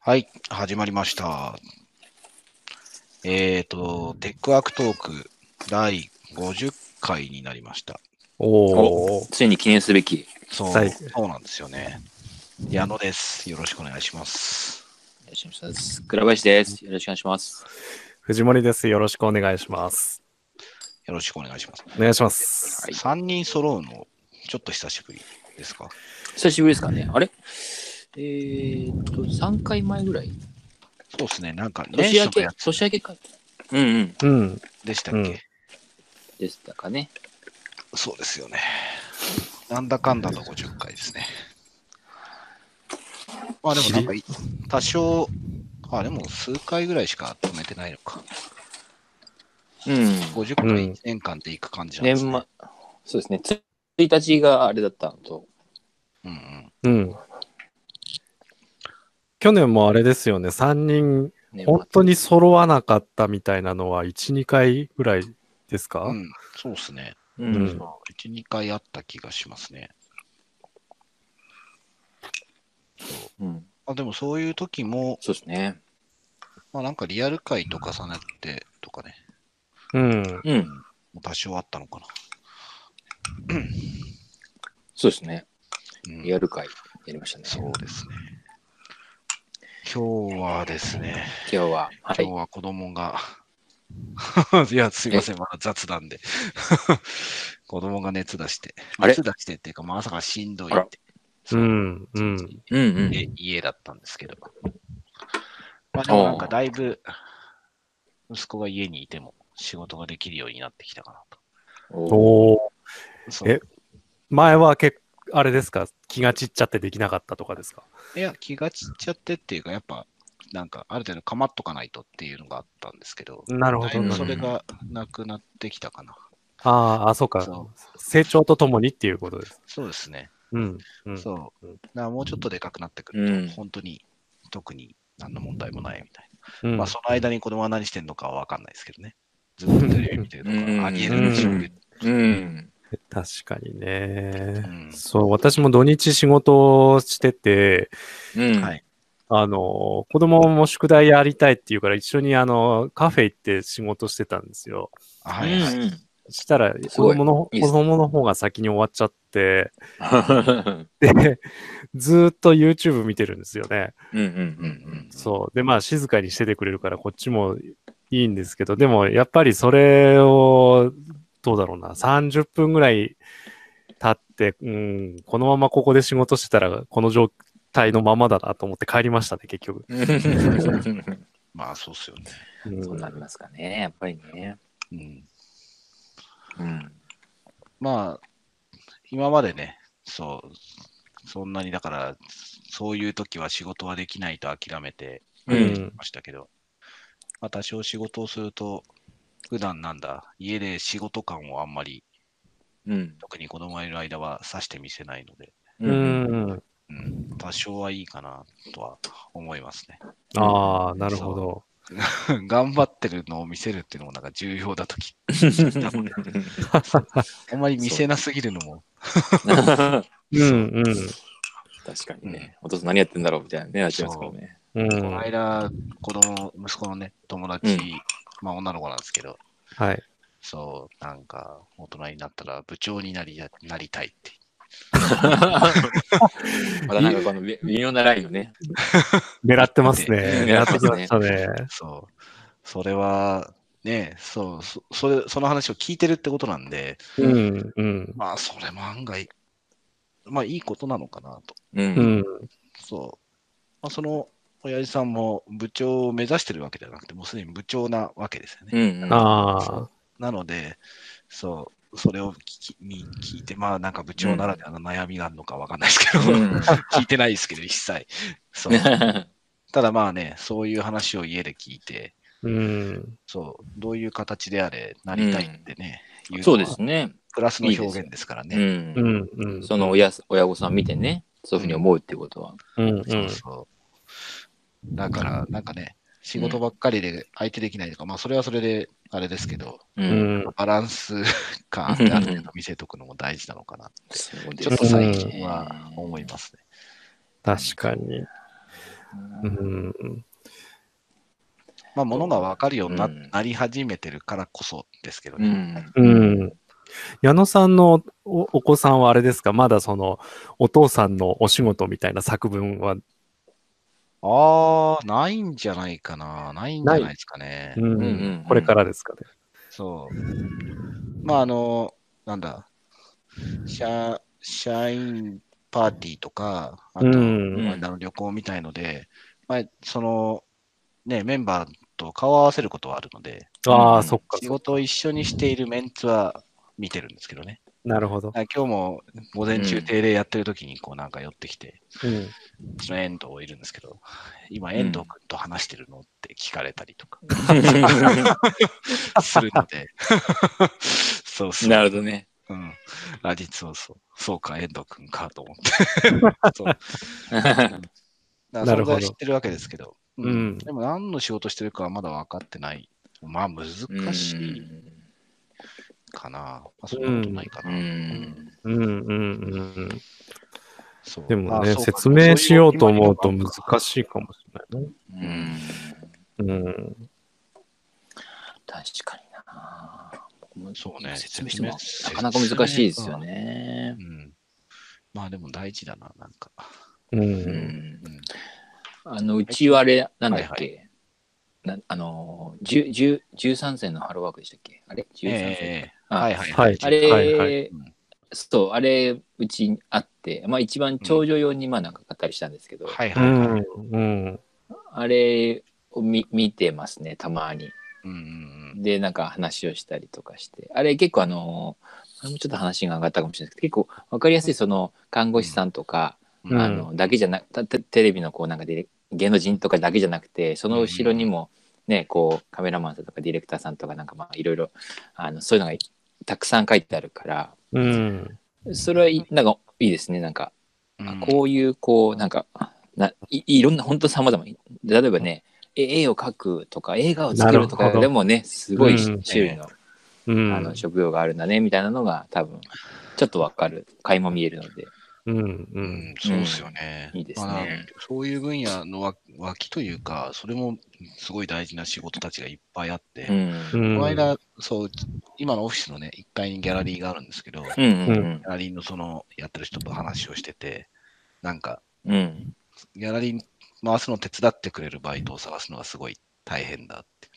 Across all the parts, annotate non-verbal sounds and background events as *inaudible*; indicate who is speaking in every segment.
Speaker 1: はい、始まりました。えっ、と、テックワークトーク第50回になりました。
Speaker 2: おお。
Speaker 3: ついに記念すべき。
Speaker 1: そう、
Speaker 2: はい
Speaker 1: そうなんですよね。矢野です。よろしくお願いします。
Speaker 3: 倉林です。よろしくお願いします。
Speaker 2: 藤森です。よろしくお願いします。
Speaker 1: よろしくお願いします。
Speaker 2: お願いします。
Speaker 3: はい
Speaker 1: 3人揃うの、ちょっと久しぶりですか
Speaker 3: 久しぶりですかね。あれえー、っと、3回前ぐらい。
Speaker 1: そうですね、なんか年
Speaker 3: 年明
Speaker 1: 始の
Speaker 3: け
Speaker 1: や、つ
Speaker 3: 年明けか。うんうん。
Speaker 2: うん。
Speaker 1: でしたっけ、
Speaker 2: うん
Speaker 3: でしたかね。
Speaker 1: そうですよね。なんだかんだの50回ですね。まあでもなんかい、多少、あ、でも数回ぐらいしか止めてないのか。
Speaker 3: うん。
Speaker 1: 50回
Speaker 2: うん
Speaker 1: 1年間でいく感じなんで
Speaker 3: 年
Speaker 1: すね。
Speaker 3: 末、そうですね。つ1日があれだったのと。
Speaker 1: うんうん、
Speaker 2: うん。去年もあれですよね。3人、
Speaker 3: 年末
Speaker 2: 本当に揃わなかったみたいなのは、1、2回ぐらいですか、
Speaker 1: うん、そうですね。
Speaker 3: うん。
Speaker 2: うん
Speaker 1: 1、2回あった気がしますね。
Speaker 3: うん
Speaker 1: あでもそういう時も、
Speaker 3: そうですね。
Speaker 1: まあなんかリアル回と重ねてとかね、
Speaker 2: うん。
Speaker 3: うん。
Speaker 1: 多少あったのかな。
Speaker 3: そうですね。
Speaker 1: うん
Speaker 3: リアル会やりましたね。
Speaker 1: そうですね。今日はですね、
Speaker 3: 今日は。は
Speaker 1: 今日
Speaker 3: い。
Speaker 1: は子供が、 *laughs* い、や、すいません、まだ雑談で。 *laughs* 子供が熱出して、
Speaker 3: あれ
Speaker 1: 熱出してっていうか、まあ、朝がしんどい
Speaker 3: あ
Speaker 1: っ
Speaker 3: ら
Speaker 1: て。
Speaker 2: う。
Speaker 1: そうん
Speaker 2: うん。
Speaker 3: うんうん。
Speaker 1: で家だったんですけど。まあ、でもなんかだいぶ、息子が家にいても仕事ができるようになってきたかなと。
Speaker 3: おー
Speaker 2: おお。
Speaker 1: そう
Speaker 2: え前はけあれですか気が散っちゃってできなかったとかですか
Speaker 1: いや、気が散っちゃってっていうか、やっぱ、なんか、ある程度構っとかないとっていうのがあったんですけど、
Speaker 2: なるほ
Speaker 1: だい。
Speaker 2: ど
Speaker 3: う
Speaker 1: ぶ
Speaker 3: ん
Speaker 1: それがなくなってきたかな。
Speaker 2: あーあ、そうか
Speaker 1: そ
Speaker 2: 成長とともにっていうことです。
Speaker 1: そうですね。
Speaker 2: うん。うん、
Speaker 1: そう。
Speaker 2: うん
Speaker 1: だからもうちょっとでかくなってくると、
Speaker 3: うん
Speaker 1: 本当に特に何の問題もないみたい
Speaker 2: うん
Speaker 1: な。まあ、その間に子供は何してんのかは分かんないですけどね。ずっとテレビ見てるの
Speaker 3: うん
Speaker 1: か、ありえるでしょうけど。
Speaker 3: うん。
Speaker 2: 確かにね、
Speaker 1: うん
Speaker 2: そう、私も土日仕事をしてて、
Speaker 3: うん。
Speaker 1: はい。
Speaker 2: あの、子供も宿題やりたいっていうから一緒にあの、カフェ行って仕事してたんですよ。
Speaker 1: はいはい。
Speaker 3: うん
Speaker 2: したら、子
Speaker 3: すごい
Speaker 2: 供の、
Speaker 3: いい
Speaker 2: 子
Speaker 3: です
Speaker 2: 供の方が先に終わっちゃって、
Speaker 3: *laughs* うん。
Speaker 2: で、ずーっと YouTube 見てるんですよね。
Speaker 3: うんうん
Speaker 1: う
Speaker 3: うん
Speaker 1: うんん
Speaker 2: そう。で、まあ静かにしててくれるからこっちもいいんですけど、でもやっぱりそれを、どうだろうな、30分ぐらい経って、うん、このままここで仕事してたら、この状態のままだなと思って帰りましたね、結局。
Speaker 3: うん。
Speaker 1: まあ、そうっすよね。
Speaker 3: *laughs*
Speaker 2: うん
Speaker 3: そうなりますかね、やっぱりね。
Speaker 1: うん、
Speaker 3: うん。
Speaker 1: まあ、今までね、そう、そんなにだから、そういう時は仕事はできないと諦めて
Speaker 3: う。
Speaker 2: うんん
Speaker 1: ましたけど、まあ、多少仕事をすると、普段なんだ、家で仕事感をあんまり
Speaker 3: うん。
Speaker 1: 特に子供がいる間は指してみせないので、
Speaker 2: う。ん。
Speaker 1: うん、多少はいいかなとは思いますね。
Speaker 2: ああ、なるほど。
Speaker 1: *laughs* 頑張ってるのを見せるっていうのもなんか重要だとき、あんまり見せなすぎるのも、
Speaker 2: うんうん。
Speaker 3: 確かにね。お父さん何やってんだろうみたいなね、なっちゃいますからね。
Speaker 2: うん
Speaker 1: こ。の間、子供、息子のね、友達、
Speaker 3: うん
Speaker 1: まあ女の子なんですけど、
Speaker 2: はい。
Speaker 1: そう、なんか、大人になったら部長になりやなりたいって。
Speaker 3: まだなんかこの微妙なラインをね。
Speaker 2: 狙ってますね。狙
Speaker 3: 狙
Speaker 2: っ
Speaker 3: ってて
Speaker 2: き
Speaker 3: ま
Speaker 2: ました
Speaker 3: すね
Speaker 2: ね。
Speaker 1: そう。それは、ね、そう、そそれ、その話を聞いてるってことなんで、
Speaker 2: うんうん。
Speaker 1: まあ、それも案外、まあ、いいことなのかなと。
Speaker 3: う。
Speaker 2: うんん。
Speaker 1: そう。まあ、その親父さんも部長を目指してるわけではなくて、もうすでに部長なわけですよね。
Speaker 3: うん。
Speaker 2: あ
Speaker 1: なので、そう、それを聞きに聞いて、まあなんか部長ならではの悩みがあるのかわかんないですけど、 *laughs* 聞いてないですけど、一切。そう。ただまあね、そういう話を家で聞いて、
Speaker 2: あ。うん。
Speaker 1: そう、どういう形であれ、なりたいってね、言の
Speaker 3: そう
Speaker 1: は
Speaker 3: ですね。
Speaker 1: プラスの表現ですから
Speaker 3: う。
Speaker 1: ね。
Speaker 2: うんんうん。
Speaker 3: その親親御さん見てね、そういうふうに思うってことは。
Speaker 2: うんうん。
Speaker 1: そうそう。だから、なんかね、仕事ばっかりで相手できないとか、まあそれはそれであれですけど、
Speaker 3: う。
Speaker 2: うんん。
Speaker 1: バランス感ってある程度見せとくのも大事なのかな。
Speaker 3: ち
Speaker 1: ちょっと最近は思いますね。
Speaker 2: 確かに。うん。
Speaker 1: まあ、ものが分かるようにな,、
Speaker 3: うん
Speaker 1: なり始めてるからこそですけど
Speaker 3: う
Speaker 1: ね。
Speaker 3: ん。
Speaker 2: うん。矢野さんのおお子さんはあれですかまだその、お父さんのお仕事みたいな作文は、
Speaker 1: ああ、ないんじゃないかな。ないんじゃないですかね。
Speaker 2: うん
Speaker 3: うんうん
Speaker 2: これからですかね。
Speaker 1: そう。まあ、あの、なんだ、社社員パーティーとか、あと、
Speaker 2: うん
Speaker 1: あの旅行みたいので、まあ、その、ね、メンバーと顔を合わせることはあるので、
Speaker 2: ああ、
Speaker 3: うん
Speaker 2: そっか。
Speaker 1: 仕事を一緒にしているメンツは見てるんですけどね。
Speaker 2: なるほど。
Speaker 1: あ今日も午前中定例やってる時に、こうなんか寄ってきて、
Speaker 2: うん。
Speaker 1: うちの遠藤いるんですけど、今遠藤君と話してるのって聞かれたりとかするの
Speaker 2: *laughs*
Speaker 1: で、そうそう。
Speaker 3: *laughs* なるほどね。
Speaker 1: うん。あ、実はそう。そうか、遠藤君かと思って。
Speaker 2: *laughs*
Speaker 1: そう。だか
Speaker 2: な
Speaker 1: ら
Speaker 2: る
Speaker 1: 存
Speaker 2: ほど
Speaker 1: 在は知ってるわけですけど。う
Speaker 2: うん
Speaker 1: でも何の仕事してるかはまだ分かってない。まあ、難しいかな。まあ、そんなことないか
Speaker 3: う
Speaker 1: な。
Speaker 3: ん。
Speaker 2: うんうんうんうん。
Speaker 1: そう
Speaker 2: でも
Speaker 1: あ
Speaker 2: ね、
Speaker 1: そうか
Speaker 2: 説明しようと思うと難
Speaker 1: い。
Speaker 2: しいかもしれないね。
Speaker 3: うん。
Speaker 2: うん。
Speaker 3: 確かにな。僕も
Speaker 1: そうね
Speaker 3: 説明してもなかなか難しいですよね。
Speaker 1: うん。まあでも大事だな、なんか。
Speaker 2: う。
Speaker 3: うんん。
Speaker 1: うん、
Speaker 3: あの、うちはあれ、なんだっけ、なあのー、10 10 13世のハローワークでしたっけあれ ?13 世、
Speaker 1: ええ
Speaker 3: あ
Speaker 1: はいはい
Speaker 2: はい
Speaker 3: あれ、
Speaker 2: はいはい
Speaker 1: うん
Speaker 3: そう、あれ、うちにあって、まあ一番長女用にまあなんか買ったりしたんですけど、
Speaker 1: はいは
Speaker 2: う
Speaker 1: い
Speaker 2: ん
Speaker 1: はい。。
Speaker 2: うん。
Speaker 3: あれを見見てますね、たまに。
Speaker 1: うんうん
Speaker 3: で、なんか話をしたりとかして。あれ結構あのー、これもちょっと話が上がったかもしれないですけど、結構わかりやすいその看護師さんとか、
Speaker 1: うん
Speaker 3: あのだけじゃなくてテレビのこうなんかディレ芸能人とかだけじゃなくてその後ろにもね、こうカメラマンさんとかディレクターさんとかなんかまあいろいろあのそういうのがたくさん書いてあるから
Speaker 2: うん。
Speaker 3: それはいなんかいいですねなんか、
Speaker 1: うん。
Speaker 3: あこういうこうなんかないいろんな本当さまざま例えばねえ絵を描くとか映画を作る
Speaker 2: な
Speaker 3: とか
Speaker 2: るほど
Speaker 3: でもねすご
Speaker 2: う
Speaker 3: い
Speaker 2: ん
Speaker 3: 種類の,、
Speaker 2: う
Speaker 3: あの
Speaker 2: ん。
Speaker 3: 職業があるんだねみたいなのが多分ちょっとわかる垣間見えるので
Speaker 2: うん。う。
Speaker 1: うんん、そうですよね。
Speaker 3: いいです
Speaker 1: まあ
Speaker 3: ね。
Speaker 1: そういう分野のわ脇というか、それもすごい大事な仕事たちがいっぱいあって、
Speaker 3: うん
Speaker 1: この間、そう、今のオフィスのね、1階にギャラリーがあるんですけど、ギ
Speaker 3: うんうん
Speaker 1: ャラリーのその、やってる人と話をしてて、なんか、
Speaker 3: うんうん
Speaker 1: ギャラリー回すの手伝ってくれるバイトを探すのはすごい大変だって。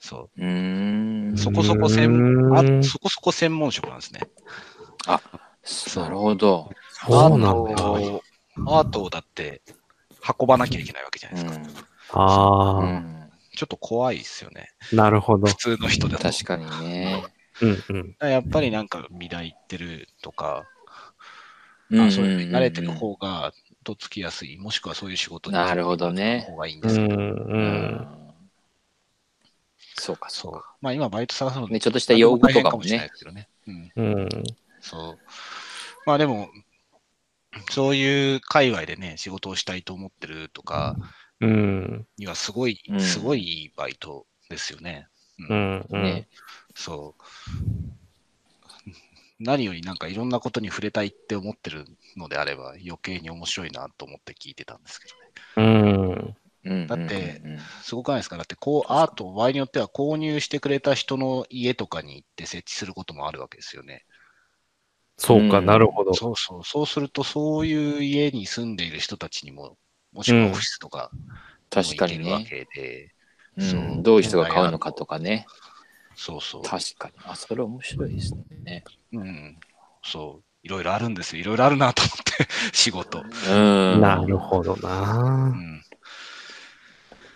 Speaker 1: そう
Speaker 3: ー
Speaker 1: う。
Speaker 3: ん
Speaker 1: そこそこ専
Speaker 2: うん
Speaker 1: あそこそこ専門職なんですね。
Speaker 3: そうなるほど。
Speaker 2: そうなんだ
Speaker 1: アートをアートをだって運ばなきゃいけないわけじゃないですか。
Speaker 2: ああ、
Speaker 3: うん
Speaker 1: ちょっと怖いですよね。
Speaker 2: なるほど
Speaker 1: 普。通の人だと。
Speaker 3: 確かにね。
Speaker 2: うんうん。
Speaker 1: やっぱりなんか未来行ってるとか、
Speaker 3: うんうん
Speaker 1: あそういう慣れてる方がとっつきやすい、もしくはそういう仕事に
Speaker 3: なるほどね
Speaker 1: 方がいいん
Speaker 2: う
Speaker 1: ですけど、
Speaker 2: んう。
Speaker 3: うんんそうか、そ
Speaker 1: そうう
Speaker 3: か。。
Speaker 1: まあ今バイト探すの
Speaker 3: ね、ちょっとした用語とかも
Speaker 1: 大変しれない
Speaker 3: ね。
Speaker 1: ですけどね。うん、
Speaker 2: うん。
Speaker 1: そう。まあでも、そういう界隈でね、仕事をしたいと思ってるとか
Speaker 2: うん。
Speaker 1: にはすごい、
Speaker 3: うん
Speaker 1: すごいいいバイトですよね。
Speaker 2: うん。うん
Speaker 3: ね。
Speaker 1: そう。何よりなんかいろんなことに触れたいって思ってるのであれば余計に面白いなと思って聞いてたんですけどね。
Speaker 2: うん。
Speaker 3: うん
Speaker 1: だって
Speaker 3: うん
Speaker 1: すごくないですかだってこうアートを場合によっては購入してくれた人の家とかに行って設置することもあるわけですよね。
Speaker 2: そうか、
Speaker 3: うん
Speaker 2: なるほど。
Speaker 1: そうそう。そうするとそういう家に住んでいる人たちにも、もしくはオフィスとかにも
Speaker 3: 確か
Speaker 1: 行け
Speaker 3: に
Speaker 1: るわ
Speaker 3: ね。
Speaker 1: けで、
Speaker 3: う
Speaker 1: そうん
Speaker 3: どういう人が買うのかとかね。
Speaker 1: そうそう。
Speaker 3: 確かに。あ、それ面白いですね。
Speaker 1: うん。そう。いろいろあるんですよ。いろいろあるなと思って、 *laughs* 仕事。
Speaker 3: うん。
Speaker 2: なるほど
Speaker 1: う。
Speaker 2: な
Speaker 1: ん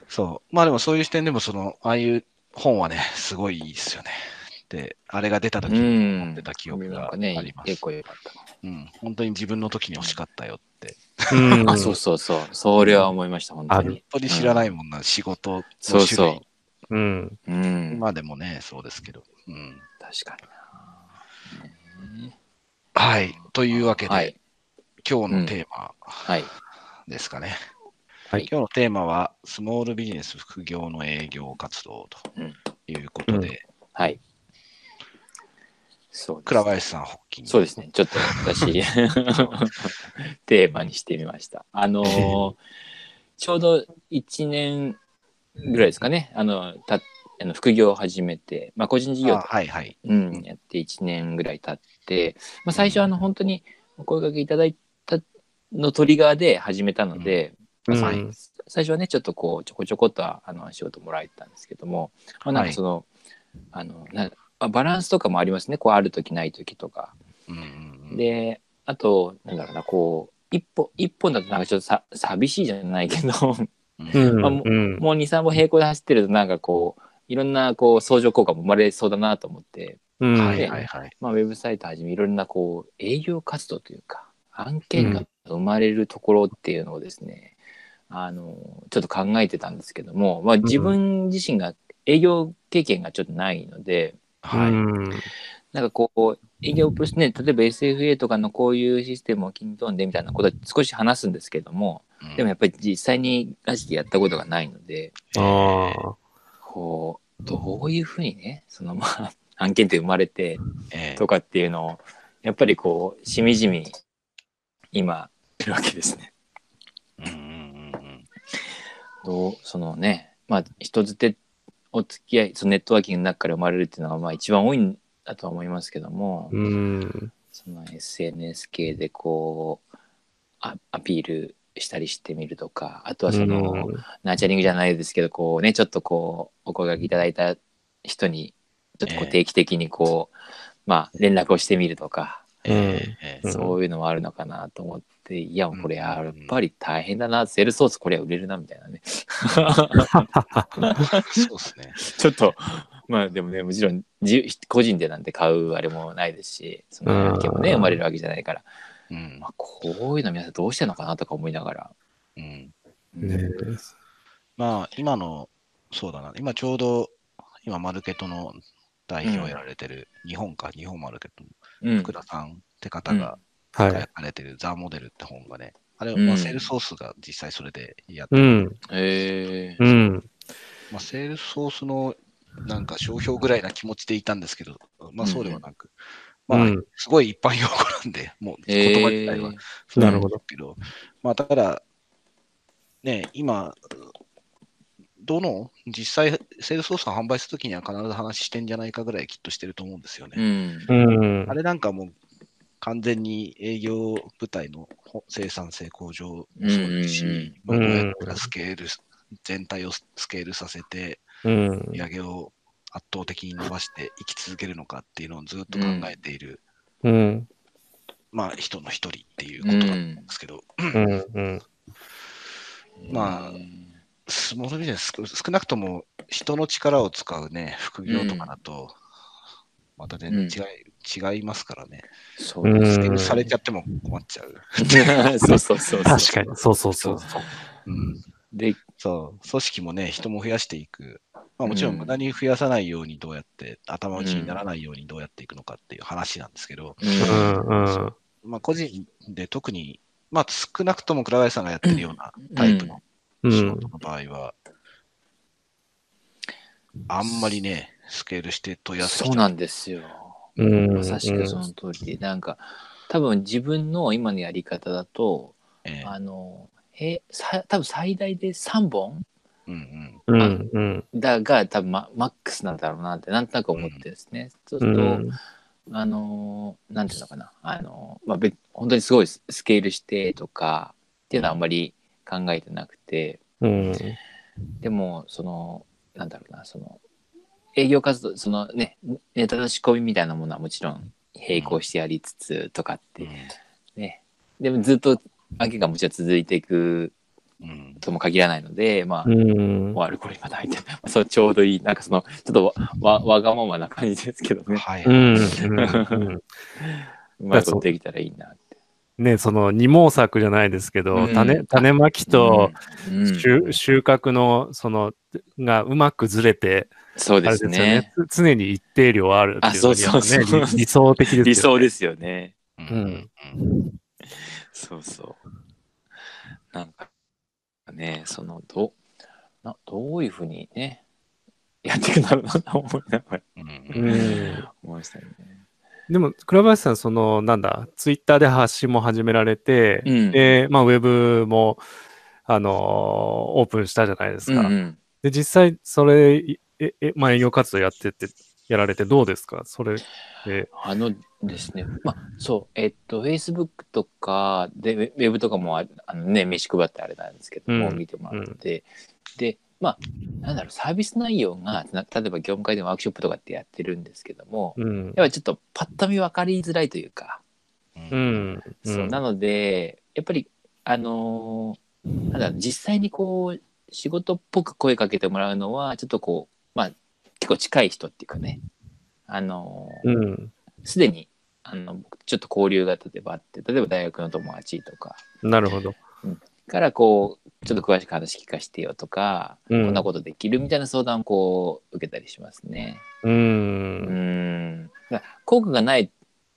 Speaker 1: そう。まあでもそういう視点でも、その、ああいう本はね、すごいいいですよね。で、あれが出た時
Speaker 3: う
Speaker 1: に
Speaker 3: ん。
Speaker 1: 持ってた記憶
Speaker 3: なん
Speaker 1: があ
Speaker 3: か
Speaker 1: り
Speaker 3: ね
Speaker 1: ま、す
Speaker 3: 結。構良かった。
Speaker 1: うん。本当に自分の時に欲しかったよって。
Speaker 2: うん
Speaker 3: あ、そうそうそう。それは思いました、本当に。
Speaker 1: 本当に知らないもんな、仕事の種
Speaker 3: そう
Speaker 1: 類。
Speaker 3: そ
Speaker 2: うん。
Speaker 3: う。うん。
Speaker 1: 今でもね、そうですけど。うん。
Speaker 3: 確かにな。ね
Speaker 1: はい。というわけで、
Speaker 3: はい。
Speaker 1: 今日のテーマ
Speaker 3: はい。
Speaker 1: ですかね。
Speaker 2: はい
Speaker 1: 今日のテーマは、スモールビジネス副業の営業活動
Speaker 3: うん
Speaker 1: ということで、
Speaker 3: はい。そうです
Speaker 1: 倉林さん、ホッキン
Speaker 3: そうですね。ちょっと
Speaker 2: *laughs* *laughs*
Speaker 3: 私、テーマにしてみました。あのーちょうど1年ぐらいですかね、あの、たあの副業を始めて、まあ、個人事業
Speaker 1: あはいはい。
Speaker 3: うん、やって1年ぐらい経って、まあ、最初あの本当にお声掛けいただいたのトリガーで始めたので、
Speaker 2: うん
Speaker 3: まあさい最初はねちょっとこうちょこちょこっとあの仕事もらえてたんですけども、まあ、なんかその,、あのなあバランスとかもありますねこうある時ない時とか。
Speaker 1: うんうんうん、
Speaker 3: であとなんだろうなこう一歩一本だとなんかちょっとさ寂しいじゃないけど
Speaker 1: うん
Speaker 2: うん
Speaker 3: まあも
Speaker 2: うん
Speaker 3: もう23歩平行で走ってるとなんかこういろんなこう相乗効果も生まれそうだなと思って。
Speaker 2: うん
Speaker 1: はいはいはい。
Speaker 3: まあ、ウェブサイトはじめいろんなこう営業活動というか案件が生まれるところっていうのをですね、あのちょっと考えてたんですけども、まあ、自分自身が営業経験がちょっとないので、
Speaker 1: はい。
Speaker 2: うん
Speaker 3: なんかこう営業プロセスね例えば SFA とかのこういうシステムを組み込んでみたいなことは少し話すんですけども
Speaker 1: うん
Speaker 3: でもやっぱり実際にガチでやったことがないので
Speaker 2: ああ。
Speaker 3: こうどういうふうにねそのまあ案件って生まれて
Speaker 1: ええ
Speaker 3: とかっていうのをやっぱりこうしみじみ今いるわけですね。
Speaker 1: うんうんうんうん
Speaker 3: どうそのねまあ人づてお付き合いそのネットワーキングの中から生まれるっていうのがまあ一番多いんだとは思いますけども、
Speaker 2: うん。
Speaker 3: その SNS 系でこうあアピールしたりしてみるとかあとはその、ナーチャリングじゃないですけどこうねちょっとこうお声がけいただいた人にちょっとこ
Speaker 1: え
Speaker 3: う
Speaker 1: え
Speaker 3: 定期的にこう、まあ連絡をしてみるとか。
Speaker 1: ええええ
Speaker 2: うん
Speaker 3: そういうのはあるのかなと思って、いや、これ
Speaker 1: うん
Speaker 3: やっぱり大変だな、セールソースこれは売れるな、みたいなね。
Speaker 1: そうですね。
Speaker 3: ちょっと、まあでもね、もちろん自個人でなんて買うあれもないですし、その案件もね、
Speaker 2: うん
Speaker 3: 生まれるわけじゃないから、
Speaker 1: うん
Speaker 3: まあ、こういうの皆さんどうしてるのかなとか思いながら。
Speaker 1: うん
Speaker 3: うん
Speaker 2: ね
Speaker 1: まあ、今の、そうだな、今ちょうど、今、マルケットの代表をやられてる、日本か、日本マルケットの
Speaker 3: うん
Speaker 1: 福田さんって方が書
Speaker 2: はい。
Speaker 1: かれてる、ザ・モデルって本がね、あれ、
Speaker 3: うん
Speaker 1: まあ、セールソースが実際それでやって、
Speaker 2: うん。
Speaker 3: えー
Speaker 2: うん。
Speaker 1: まあ、セールソースのなんか商標ぐらいな気持ちでいたんですけど、まあ、そうではなく、まあ
Speaker 2: うん、
Speaker 1: すごい一般用語なんで、もう
Speaker 3: えー
Speaker 1: 言葉自体は
Speaker 2: なるほど。
Speaker 1: けど、まあ、ただ、ね、今、どの、実際、セールスソースを販売するときには必ず話してんじゃないかぐらいきっとしてると思うんですよ
Speaker 3: う
Speaker 1: ね。
Speaker 3: ん
Speaker 2: うん
Speaker 1: あ。れなんかもう、完全に営業部隊のほ生産性向上もそうですし、
Speaker 2: うんうんうん
Speaker 1: まあどうやったらスケール、全体をスケールさせて、
Speaker 2: うん
Speaker 1: 売り。上げを圧倒的に伸ばして生き続けるのかっていうのをずっと考えている、
Speaker 2: うん。
Speaker 1: まあ、人の一人っていうことなんですけど、
Speaker 2: うん。うん。
Speaker 1: まあスモールビジネス少少なくとも人の力を使うね、副業とかだと、また全然違い,、違いますからね。
Speaker 3: そううです
Speaker 1: スキ
Speaker 2: ん
Speaker 1: ルされちゃっても困っちゃう。
Speaker 3: ね。 *laughs* そうそうそう。
Speaker 2: 確かに。。そうそうそう。
Speaker 1: うん、
Speaker 3: で、
Speaker 1: そう、組織もね、人も増やしていく。まあ、もちろ
Speaker 3: うんん
Speaker 1: 無駄に増やさないようにどうやって、頭打ちにならないようにどうやっていくのかっていう話なんですけど、
Speaker 2: うん。うん。
Speaker 1: まあ、個人で特に、まあ、少なくとも倉林さんがやってるようなタイプの
Speaker 2: う
Speaker 1: 仕
Speaker 2: ん
Speaker 1: 事。の場合は、あんまりね、スケールして問い合わせ
Speaker 3: そうなんですよ。
Speaker 2: うん。
Speaker 3: まさしくその通りで、なんか多分自分の今のやり方だと、
Speaker 1: ええ
Speaker 3: あのへさ多分最大で3本
Speaker 1: うんうん
Speaker 2: うん。うん。
Speaker 3: だが多分ママックスなんだろうなってなんとなく思ってですね、
Speaker 2: う
Speaker 3: そうすると、
Speaker 2: ん。
Speaker 3: あのなんていうのかなあの、まあ、別本当にすごいススケールしてとかっていうのはあんまり考えてなくて
Speaker 2: うん。
Speaker 3: でもそのなんだろうなその営業活動そのねネタの仕込みみたいなものはもちろん並行してやりつつとかってね、でもずっと秋がもちろん続いていく
Speaker 1: うんうん
Speaker 3: とも限らないので、まあ、
Speaker 2: うん。
Speaker 3: もうアルコールまだ入ってない *laughs* そう、ちょうどいい、なんかその、ちょっとわわわがままな感じですけどね、
Speaker 1: はい。
Speaker 2: うん。
Speaker 3: うまくできたらいいなって。
Speaker 2: ね、その二毛作じゃないですけど、種、種まきと、
Speaker 3: うん、うん
Speaker 2: 収収穫の、その、がうまくずれて、
Speaker 3: そう
Speaker 2: あ
Speaker 3: で
Speaker 2: れですすよ
Speaker 3: ね
Speaker 2: ね。。つ常に一定量あるってい
Speaker 3: あそうそうそう
Speaker 2: のがね理理想的ですよね。
Speaker 3: 理想ですよね。
Speaker 1: うん
Speaker 2: うん
Speaker 3: そうそう。なんかね、その、どなどういうふうにね、やっていくんだろうなと思いながら
Speaker 1: うん
Speaker 2: うん
Speaker 3: 思いましたよね。
Speaker 2: でも、倉林さん、その、なんだ、ツイッターで発信も始められて、
Speaker 3: うん
Speaker 2: で、まあ、ウェブも、あのーオープンしたじゃないです
Speaker 3: うん
Speaker 2: か。
Speaker 3: うん
Speaker 2: で、実際、それ、いえ、え、まあ、営業活動やってて、やられてどうですかそれで、
Speaker 3: あのですね、まあ、そう、えっと、Facebook とかで、ウェウェブとかもああの、ね、飯配ってあれなんですけども、
Speaker 2: うん
Speaker 3: 見てもらって、で、まあ、なんだろう、サービス内容が、な例えば業務会でワークショップとかってやってるんですけども、
Speaker 2: うん。
Speaker 3: やっぱりちょっとパッと見分かりづらいというか、
Speaker 2: う
Speaker 1: うん
Speaker 2: ん。
Speaker 3: そうなので、やっぱり、あのーなんだろう実際にこう、仕事っぽく声かけてもらうのは、ちょっとこう、まあ、結構近い人っていうかね、あのー
Speaker 2: うん。
Speaker 3: すでにあの僕ちょっと交流が例えばあって例えば大学の友達とか
Speaker 2: なるほど。
Speaker 3: からこうちょっと詳しく話聞かせてよとか、
Speaker 2: うん
Speaker 3: こんなことできるみたいな相談をこう受けたりしますね。
Speaker 2: う。
Speaker 3: うんんだから効果がない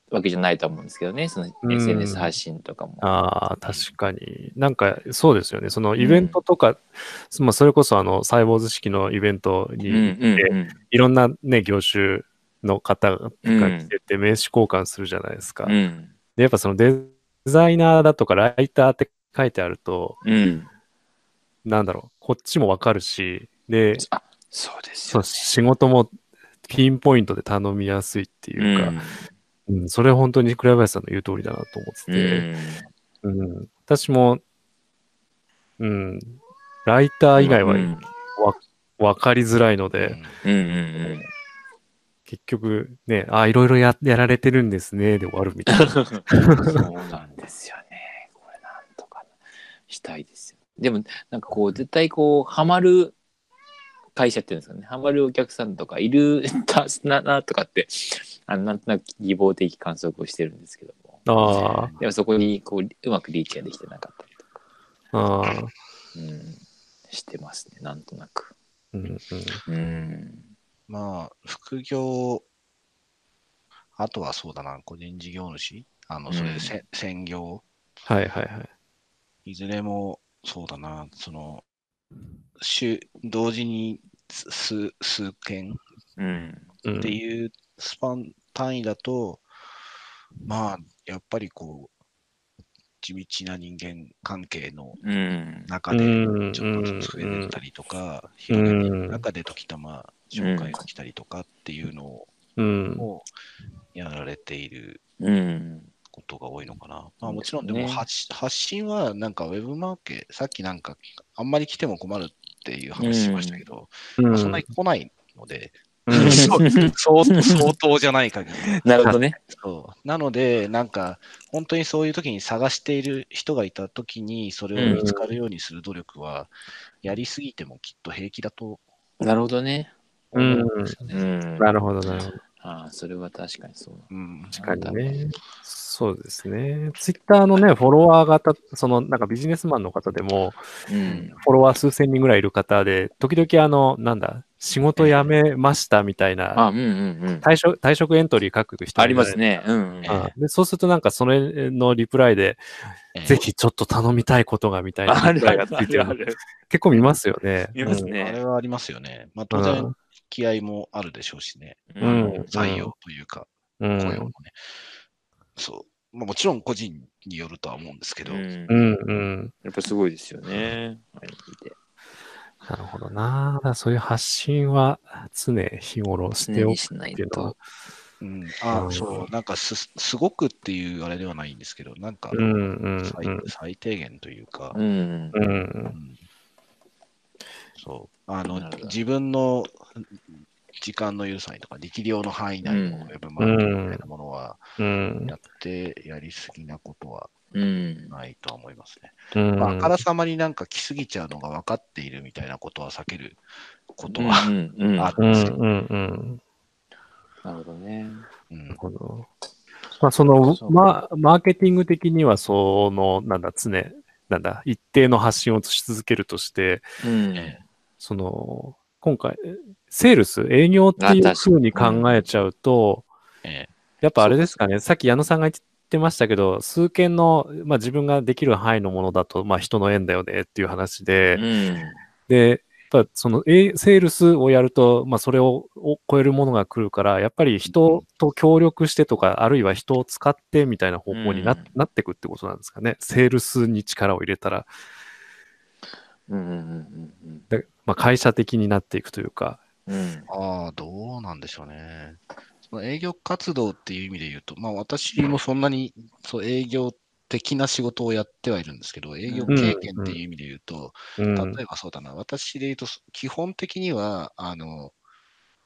Speaker 3: わけじゃないとは思うんですけどねその
Speaker 2: うん
Speaker 3: SNS 発信とかも。
Speaker 2: ああ、確かに。なんか、そうですよね。そのイベントとか、まあ、それこそ、あの、サイボーズ式のイベント
Speaker 3: う
Speaker 2: に、
Speaker 3: んうんうん
Speaker 2: いろんなね、業種の方が
Speaker 3: うん
Speaker 2: 来てて、名刺交換するじゃないですか。
Speaker 3: うん
Speaker 2: で、やっぱそのデザイナーだとか、ライターって書いてあると、
Speaker 3: うん
Speaker 2: なんだろう、こっちもわかるし、で、
Speaker 3: あそうです
Speaker 2: そ
Speaker 3: よ
Speaker 2: う仕事もピンポイントで頼みやすいっていうか、うんそれ本当に倉林さんの言う通りだなと思って
Speaker 3: うん
Speaker 2: て、うん私も、うん、ライター以外は
Speaker 3: うん
Speaker 2: 分かりづらいので、
Speaker 3: うんうん
Speaker 2: 結局ね、あ、いろいろややられてるんですね、で終わるみた
Speaker 1: *laughs*
Speaker 2: いな。
Speaker 3: うん、そうなんですよね。これなんとかしたいですよ。でもなんかこう絶対こうハマる会社っていうんですかねハマるお客さんとかいるだななとかってあのなんとなく希望的観測をしてるんですけども
Speaker 2: あ
Speaker 3: でもそこにこううまくリーチができてなかったりとか、
Speaker 2: あ、ああ、
Speaker 3: うん、してますねなんとなく。
Speaker 2: うんうん、
Speaker 3: うん
Speaker 1: まあ、副業、あとはそうだな、個人事業主、あの、それ
Speaker 3: うん
Speaker 1: でせ、専業、
Speaker 2: はいはいはい。
Speaker 1: いずれも、そうだな、その、週同時に数数件
Speaker 3: うん
Speaker 2: うん
Speaker 1: っていうスパン単位だと、まあ、やっぱりこう、地道な人間関係の
Speaker 3: うん
Speaker 1: 中で、
Speaker 2: うん
Speaker 1: ちょっとずつ増えてったりとか、広げていく中で時たま紹介が来たりとかっていうのを
Speaker 2: うん
Speaker 1: をやられている
Speaker 3: うん
Speaker 1: ことが多いのかな。まあ
Speaker 3: そう
Speaker 1: も
Speaker 3: で
Speaker 1: ち
Speaker 3: すね
Speaker 1: ろんでも発し発信はなんかウェブマーケさっきなんかあんまり来ても困るっていう話しましたけど、まあそんなに来ないので、
Speaker 2: う
Speaker 1: *laughs*
Speaker 2: ん
Speaker 1: そう相相当じゃない限り。
Speaker 3: なるほどね。
Speaker 1: そうなので、なんか本当にそういう時に探している人がいた時にそれを見つかるようにする努力は、やりすぎてもきっと平気だと
Speaker 3: なるほどね。
Speaker 1: 思うんですよ
Speaker 3: う
Speaker 1: ね。
Speaker 3: ん、
Speaker 2: なるほどなるほど。
Speaker 3: ああそれは確かにそう
Speaker 1: うん
Speaker 3: 確かに
Speaker 2: ね。そうですね。ツイッターのね、フォロワー型、そのなんかビジネスマンの方でも、
Speaker 3: うん、
Speaker 2: フォロワー数千人ぐらいいる方で、時々あの、なんだ、仕事辞めましたみたいな、
Speaker 3: あ、うんうんうん。
Speaker 2: 退職退職エントリー書く人
Speaker 3: あります。ね。うん、うん。
Speaker 2: うんでそうするとなんかそれのリプライで、ぜひちょっと頼みたいことがみたいな
Speaker 3: あ
Speaker 2: リプ
Speaker 3: る
Speaker 2: ラ
Speaker 3: あ
Speaker 2: イ
Speaker 3: る
Speaker 2: がついて
Speaker 3: あ
Speaker 2: る
Speaker 3: る。
Speaker 2: 結構見ますよね。
Speaker 3: 見ますね
Speaker 1: あれはありますよね。まあ
Speaker 2: う
Speaker 1: 当
Speaker 2: ん
Speaker 1: 然、気合もあるでしょうしね。
Speaker 3: う
Speaker 2: うん
Speaker 3: ん。
Speaker 1: 採用というか、
Speaker 2: う
Speaker 1: 雇用のね
Speaker 2: ん。。
Speaker 1: そう。まあもちろん個人によるとは思うんですけど、
Speaker 2: う
Speaker 3: や
Speaker 2: んうん。
Speaker 3: っぱすごいですよね。はい
Speaker 2: なるほどな。だからそういう発信は常日頃して
Speaker 3: 常
Speaker 2: お
Speaker 3: に
Speaker 2: く
Speaker 3: しない
Speaker 2: っていうのは
Speaker 3: と。。
Speaker 1: うんあ
Speaker 2: うん
Speaker 1: そう、なんかす、すごくっていうあれではないんですけど、なんか
Speaker 2: うんうん
Speaker 1: 最、
Speaker 2: うん
Speaker 1: 最低限というか、
Speaker 3: うん。
Speaker 2: うん
Speaker 1: うんそう、あの
Speaker 3: なるほ、ど
Speaker 1: 自分の時間の許さないとか、力量の範囲内の
Speaker 3: うん
Speaker 1: ウェブマーケットみたいなものは、
Speaker 2: うん
Speaker 1: やってやりすぎなことは
Speaker 3: うん。
Speaker 1: ないとは思いますね。
Speaker 2: うん
Speaker 1: まあ、あからさまになんか来すぎちゃうのが分かっているみたいなことは避けること
Speaker 3: うん
Speaker 1: は、
Speaker 3: うんうん。
Speaker 1: あ
Speaker 3: な
Speaker 1: る
Speaker 2: うんん
Speaker 1: で
Speaker 2: う
Speaker 1: すけど、
Speaker 2: んうん。
Speaker 3: るほどね。
Speaker 1: うん
Speaker 2: このまあ、そのま、マーケティング的には、その、なんだ、常、なんだ、一定の発信をし続けるとして、
Speaker 3: うん。
Speaker 1: え
Speaker 2: その、今回、えセールス、営業って
Speaker 3: あ確
Speaker 2: い
Speaker 3: か
Speaker 2: う
Speaker 3: に
Speaker 2: ふうに考えちゃうと、
Speaker 1: ええ
Speaker 2: やっぱあれですかね、さっき矢野さんが言ってましたけど、数件の、まあ、自分ができる範囲のものだと、まあ、人の縁だよねっていう話で、
Speaker 3: うん。
Speaker 2: で、やっぱその、えセールスをやると、まあ、それをを超えるものが来るから、やっぱり人と協力してとか、あるいは人を使ってみたいな方向にな,、
Speaker 3: うん
Speaker 2: なってくってことなんですかね。セールスに力を入れたら。
Speaker 3: うんうんうんうん
Speaker 2: でまあ、会社的になっていくというか、
Speaker 3: うんうん
Speaker 1: ああ、どうなんでしょうね。その営業活動っていう意味で言うと、まあ私もそんなにそう営業的な仕事をやってはいるんですけど、営業経験っていう意味で言うと、
Speaker 2: うん、
Speaker 1: 例えばそうだな、私で言うと、基本的には、あの、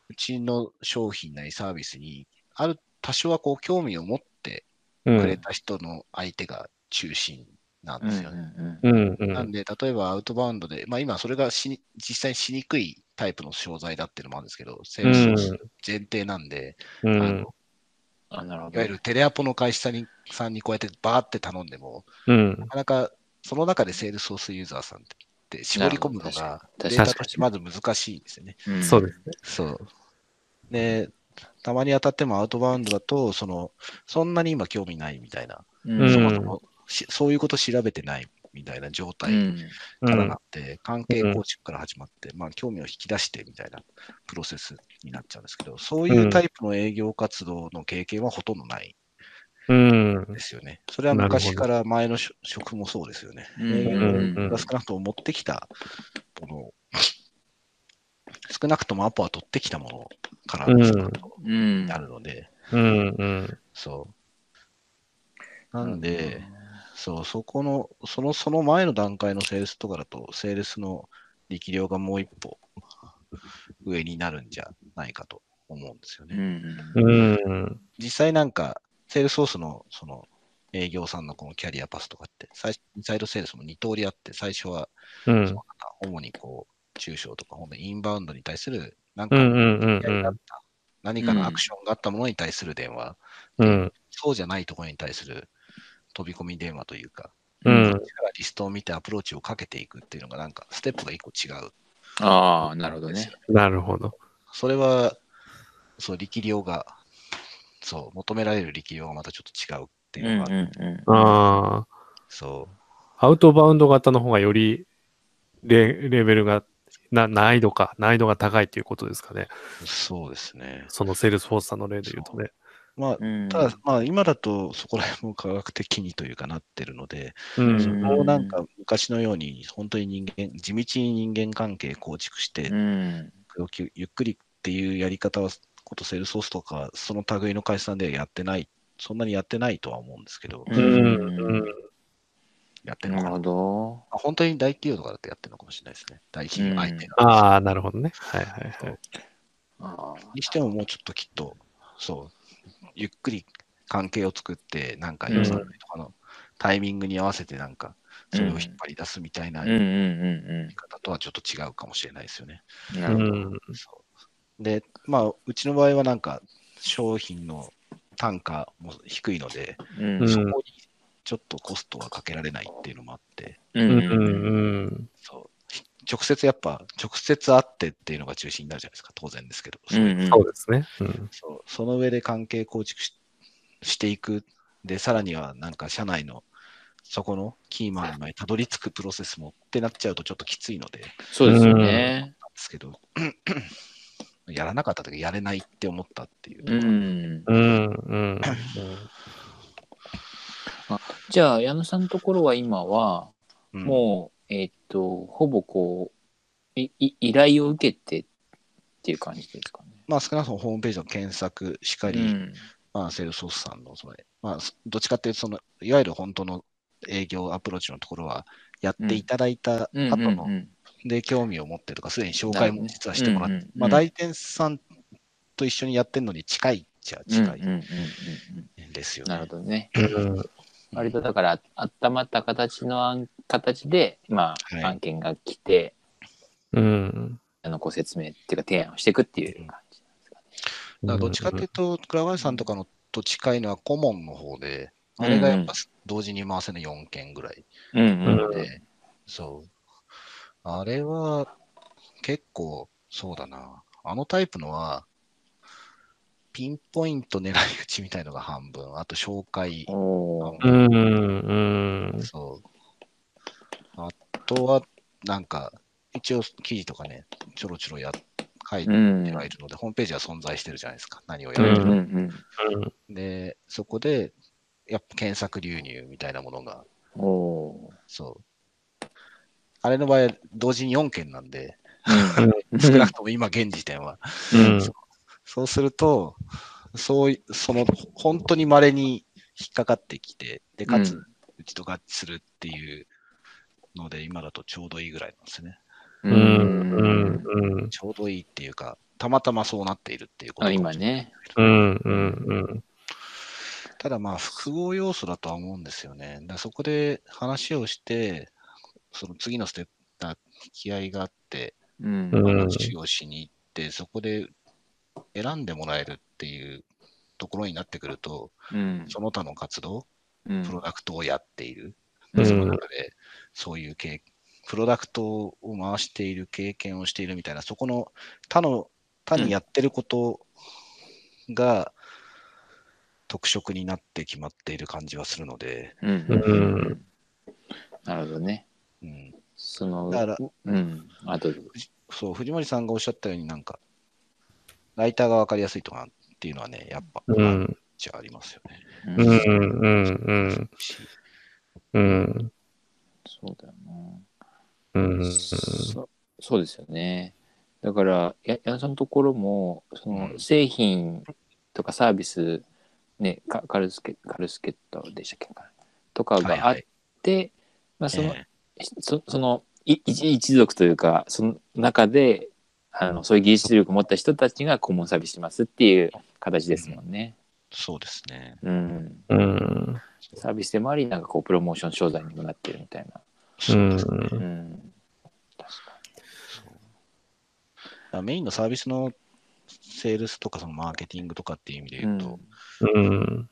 Speaker 1: うちの商品なりサービスに、ある、多少はこう興味を持って
Speaker 2: うん
Speaker 1: くれた人の相手が中心なん
Speaker 3: うん
Speaker 1: ですよね。
Speaker 2: うんうん
Speaker 1: なんで、例えばアウトバウンドで、まあ今それがしに実際にしにくいタイプの商材だっていうのもあるんですけど、セールス前提なんで、あ
Speaker 2: うん
Speaker 1: の
Speaker 3: あなるほ
Speaker 1: いわ
Speaker 3: ど
Speaker 1: ゆるテレアポの会社にさんにこうやってバーって頼んでも、
Speaker 2: うん
Speaker 1: なかなかその中でセールスソースユーザーさんって絞り込むの
Speaker 3: なる
Speaker 1: が、
Speaker 3: ほど
Speaker 1: デ
Speaker 3: 確
Speaker 1: ー
Speaker 2: かに
Speaker 1: タとしてまず難しいんですよね。
Speaker 3: うん
Speaker 2: そうですね。
Speaker 1: そう。で、たまに当たってもアウトバウンドだと、その、そんなに今興味ないみたいな、
Speaker 3: うん
Speaker 2: うん
Speaker 1: そもそもしそういうこと調べてないみたいな状態
Speaker 2: う
Speaker 1: から
Speaker 2: ん
Speaker 1: なって、関係構築から始まって、まあ、興味を引き出してみたいなプロセスになっちゃうんですけど、そういうタイプの営業活動の経験はほとんどない
Speaker 2: うん
Speaker 1: んですよね。それは昔から前のし職もそうですよね。
Speaker 3: うん
Speaker 1: 営業
Speaker 2: うんうんうん
Speaker 1: が少なくとも持ってきたものを、少なくともアポは取ってきたものから
Speaker 2: うん
Speaker 1: スタート
Speaker 3: うん
Speaker 1: になるので、
Speaker 2: うんうん
Speaker 1: そう。なんで、そう、そこの、その、その前の段階のセールスとかだと、セールスの力量がもう一歩上になるんじゃないかと思うんですよ
Speaker 3: う
Speaker 1: ね。
Speaker 3: ん
Speaker 2: うん
Speaker 1: 実際なんか、セールスソースの、その、営業さんのこのキャリアパスとかって、最初、インサイドセールスも2通りあって、最初は、
Speaker 2: う
Speaker 1: そのなん
Speaker 2: ん
Speaker 1: か主にこう、中小とか、ほんでインバウンドに対する、なん
Speaker 2: う
Speaker 1: か、
Speaker 2: んうんうん
Speaker 1: やりがあった何かのアクションがあったものに対する電話、
Speaker 2: うん
Speaker 1: そうじゃないところに対する飛び込み電話というか、
Speaker 2: うん
Speaker 1: こっちからリストを見てアプローチをかけていくっていうのが、なんかステップが一個違う。
Speaker 3: ああなるほどね。
Speaker 2: なるほど。
Speaker 1: それは、そう、力量が、そう、求められる力量がまたちょっと違うっていうのがある、
Speaker 2: あ
Speaker 1: そ
Speaker 2: あ、アウトバウンド型の方がよりレレベルがな、難易度か、難易度が高いっていうことですかね。
Speaker 1: う、そうですね。
Speaker 2: そのセールスフォースさんの例で言うとね。
Speaker 1: まあ、ただ、まあ、今だとそこら辺も科学的にというかなってるので、
Speaker 2: う
Speaker 1: も
Speaker 2: ん。
Speaker 1: うなんか昔のように、本当に人間、地道に人間関係構築して、ゆっくりっていうやり方は、ことセールスソースとか、その類の会社さんではやってない、そんなにやってないとは思うんですけど、
Speaker 2: うんうん
Speaker 1: やってるのか
Speaker 3: なる
Speaker 1: な。
Speaker 3: ほど。
Speaker 1: あ本当に大企業とかだってやってるのかもしれないですね。大企業相手が。
Speaker 2: ああ、なるほどね。はいはいはい。
Speaker 3: あ
Speaker 1: にしてももうちょっときっと、そう、ゆっくり関係を作って、なんか予算とかのタイミングに合わせて、なんか、それを引っ張り出すみたいな
Speaker 3: あ
Speaker 1: やり
Speaker 3: ん
Speaker 1: 方とはちょっと違うかもしれないですよね。
Speaker 3: うん。な
Speaker 2: う
Speaker 3: るほど。
Speaker 2: ん。
Speaker 1: そうで、まあ、うちの場合はなんか、商品の単価も低いので、
Speaker 3: うん
Speaker 2: うん
Speaker 1: そこにちょっとコストはかけられないっていうのもあって、
Speaker 2: う
Speaker 3: うんん
Speaker 2: うん。
Speaker 1: そうひ直接やっぱ、直接会ってっていうのが中心になるじゃないですか、当然ですけど、
Speaker 3: う
Speaker 1: そうん
Speaker 3: ん
Speaker 2: そうですね。うん
Speaker 1: そうその上で関係構築ししていく、で、さらにはなんか社内の、そこのキーマンまでたどり着くプロセスもってなっちゃうとちょっときついので、なんで
Speaker 3: そうですよね。
Speaker 1: すけ
Speaker 3: *laughs*
Speaker 1: ど、やらなかったというか、やれないって思ったっていう。
Speaker 3: うん。
Speaker 2: うんうん。
Speaker 3: じゃあ矢野さんのところは今は
Speaker 1: うん
Speaker 3: もうえっとほぼこういい依頼を受けてっていう感じですかね。
Speaker 1: まあ、少なくともホームページの検索しか
Speaker 3: う
Speaker 1: り、
Speaker 3: ん。
Speaker 1: まあ、セールスソースさんの、それ、まあ、そどっちかっていうと、その、いわゆる本当の営業アプローチのところは、やっていただいた
Speaker 3: うん
Speaker 1: 後
Speaker 3: う
Speaker 1: の、
Speaker 3: ん
Speaker 1: で、興味を持ってとか、すでに紹介も実はしてもらって、
Speaker 3: うん
Speaker 1: まあ、代理店さんと一緒にやってるのに近いっちゃ
Speaker 3: うん
Speaker 1: 近
Speaker 3: うんうんう
Speaker 1: い
Speaker 3: ん
Speaker 1: ですよね。
Speaker 3: なるほどね。
Speaker 2: うん
Speaker 3: 割とだから温まった形の案形で、ま
Speaker 1: はい
Speaker 3: あ、案件が来て、
Speaker 2: うん。
Speaker 3: あのご説明っていうか提案をしていくっていう感じなんですかね。
Speaker 1: だからどっちかっていうと、倉林さんとかのと近いのは顧問の方で、
Speaker 3: うん
Speaker 1: あれがやっぱ同時に回せる4件ぐらい
Speaker 3: うん
Speaker 2: うん
Speaker 1: で、そう。あれは、結構、そうだな。あのタイプのは、ピンポイント狙い撃ちみたいのが半分、あと紹介
Speaker 3: うん。。おー
Speaker 2: うんうん。
Speaker 1: そう。あとは、なんか、一応記事とかね、ちょろちょろや書いて
Speaker 3: う
Speaker 1: はい
Speaker 3: ん。
Speaker 1: るので、ホームページは存在してるじゃないですか。何をや
Speaker 3: うん
Speaker 1: る
Speaker 3: う
Speaker 1: とか、
Speaker 3: ん
Speaker 1: で、そこで、やっぱ検索流入みたいなものが、
Speaker 3: うん。おー
Speaker 1: そう。あれの場合、同時に4件なんで、
Speaker 3: うん
Speaker 1: 少なくとも今現時点は。
Speaker 2: うん。
Speaker 1: *laughs* そうすると、そうい、その、本当に稀に引っかかってきて、で、か
Speaker 3: う
Speaker 1: つ
Speaker 3: ん、
Speaker 1: うちと合致するっていうので、今だとちょうどいいぐらいなんですね。
Speaker 2: うん。うん。うん。
Speaker 1: ちょうどいいっていうか、たまたまそうなっているっていうこと
Speaker 3: あ
Speaker 1: かも
Speaker 3: 今
Speaker 1: しれない
Speaker 3: ね。
Speaker 2: うん。うん。
Speaker 1: ただまあ、複合要素だとは思うんですよね。だからそこで話をして、その次のステップ、だ気合があって、
Speaker 3: うん
Speaker 2: うん
Speaker 1: 話をしに行って、そこで選んでもらえるっていうところになってくると、
Speaker 3: うん
Speaker 1: その他の活動、
Speaker 3: うん
Speaker 1: プロダクトをやっている、
Speaker 2: うん
Speaker 1: その中で、そういう経プロダクトを回している経験をしているみたいな、そこの他の、他にやってることが特色になって決まっている感じはするので、
Speaker 3: うん
Speaker 2: うん
Speaker 3: なるほどね。
Speaker 1: うん、
Speaker 3: その、
Speaker 1: だから
Speaker 3: うん。あと、
Speaker 1: そう、藤森さんがおっしゃったように、なんか、ライターが分かりやすいとかっていうのはね、やっぱ、
Speaker 2: う
Speaker 1: めっ
Speaker 2: ん。
Speaker 1: ちゃありますよね。
Speaker 2: うん。うん。うん。
Speaker 3: そうだよな。
Speaker 2: うん。
Speaker 3: そそうですよね。だから、や矢野さんのところも、その製品とかサービス、ね、かカルスケ、カルスケットでしたっけかなとか
Speaker 1: はい
Speaker 3: があ
Speaker 1: は
Speaker 3: っ
Speaker 1: い
Speaker 3: て、まあ、その、
Speaker 1: ええ
Speaker 3: そそのい一一族というかその中であのそういう技術力を持った人たちが顧問サービスしますっていう形ですもんね。
Speaker 1: そうですね。
Speaker 3: うん、
Speaker 2: うん。
Speaker 3: サービスでもありなんかこうプロモーション商材にもなってるみたいな。
Speaker 1: そうですね
Speaker 2: うん
Speaker 3: うん、確か
Speaker 1: だからメインのサービスのセールスとかそのマーケティングとかっていう意味で
Speaker 3: に。
Speaker 1: 言うと、
Speaker 2: うん。
Speaker 1: うん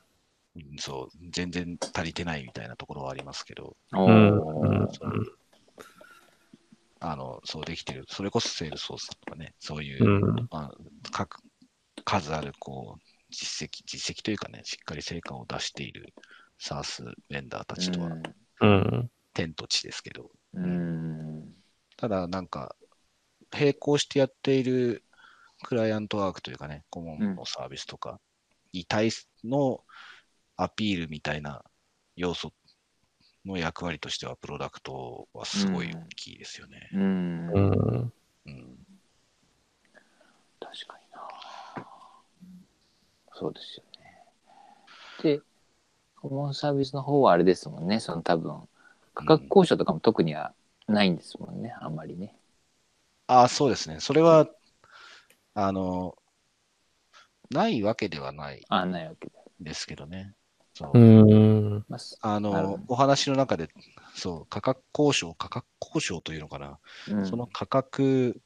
Speaker 1: そう全然足りてないみたいなところはありますけど、
Speaker 3: うん、おー
Speaker 1: あのそうできてる、それこそセールスソースとかね、そういう、
Speaker 2: うん。
Speaker 1: まあ、各数あるこう実績、実績というかね、しっかり成果を出している SARS ベンダーたちとは
Speaker 2: うん。
Speaker 1: 天と地ですけど、
Speaker 3: うん。
Speaker 1: ただなんか、並行してやっているクライアントワークというかね、顧問のサービスとかに対すのアピールみたいな要素の役割としては、プロダクトはすごい大きいですよね。
Speaker 3: うん。
Speaker 2: う
Speaker 3: うん、
Speaker 2: ん。
Speaker 1: うん
Speaker 3: 確かにな。そうですよね。で、顧問サービスの方はあれですもんね、その多分、価格交渉とかも特にはないんですもんね、あんまりね。
Speaker 1: ああ、そうですね。それは、あの、ないわけではない
Speaker 3: あないわけで。
Speaker 1: ですけどね。そう
Speaker 2: うん。
Speaker 3: ます。
Speaker 1: あ
Speaker 3: なるほ
Speaker 1: の
Speaker 3: ど、
Speaker 1: お話の中で、そう、価格交渉、価格交渉というのかな。
Speaker 3: うん
Speaker 1: その価格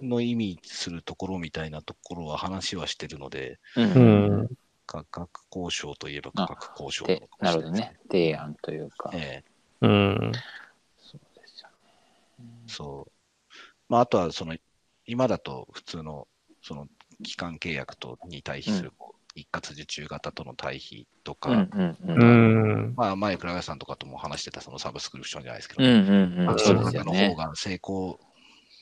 Speaker 1: の意味するところみたいなところは話はしてるので、
Speaker 3: う。
Speaker 2: うんん。
Speaker 1: 価格交渉といえば価格交渉
Speaker 3: で、
Speaker 1: かも
Speaker 3: な
Speaker 1: し
Speaker 3: る
Speaker 1: れ
Speaker 3: ほど
Speaker 1: いです
Speaker 3: ね。。提案というか。
Speaker 1: ええ
Speaker 2: うん。
Speaker 3: そうですよ
Speaker 1: そう。まあ、あとは、その、今だと普通の、その、期間契約とに対比する、こう一括受注型との対比とか、
Speaker 3: ね。うんうん
Speaker 2: う
Speaker 3: うん。
Speaker 2: ん。
Speaker 1: まあ、前、倉林さんとかとも話してた、そのサブスクリプションじゃないですけど、
Speaker 3: うんうん
Speaker 1: ま
Speaker 3: うん。
Speaker 1: あ
Speaker 3: そ
Speaker 1: そうの
Speaker 3: ですよ
Speaker 1: 中の方
Speaker 3: ね。
Speaker 1: が成功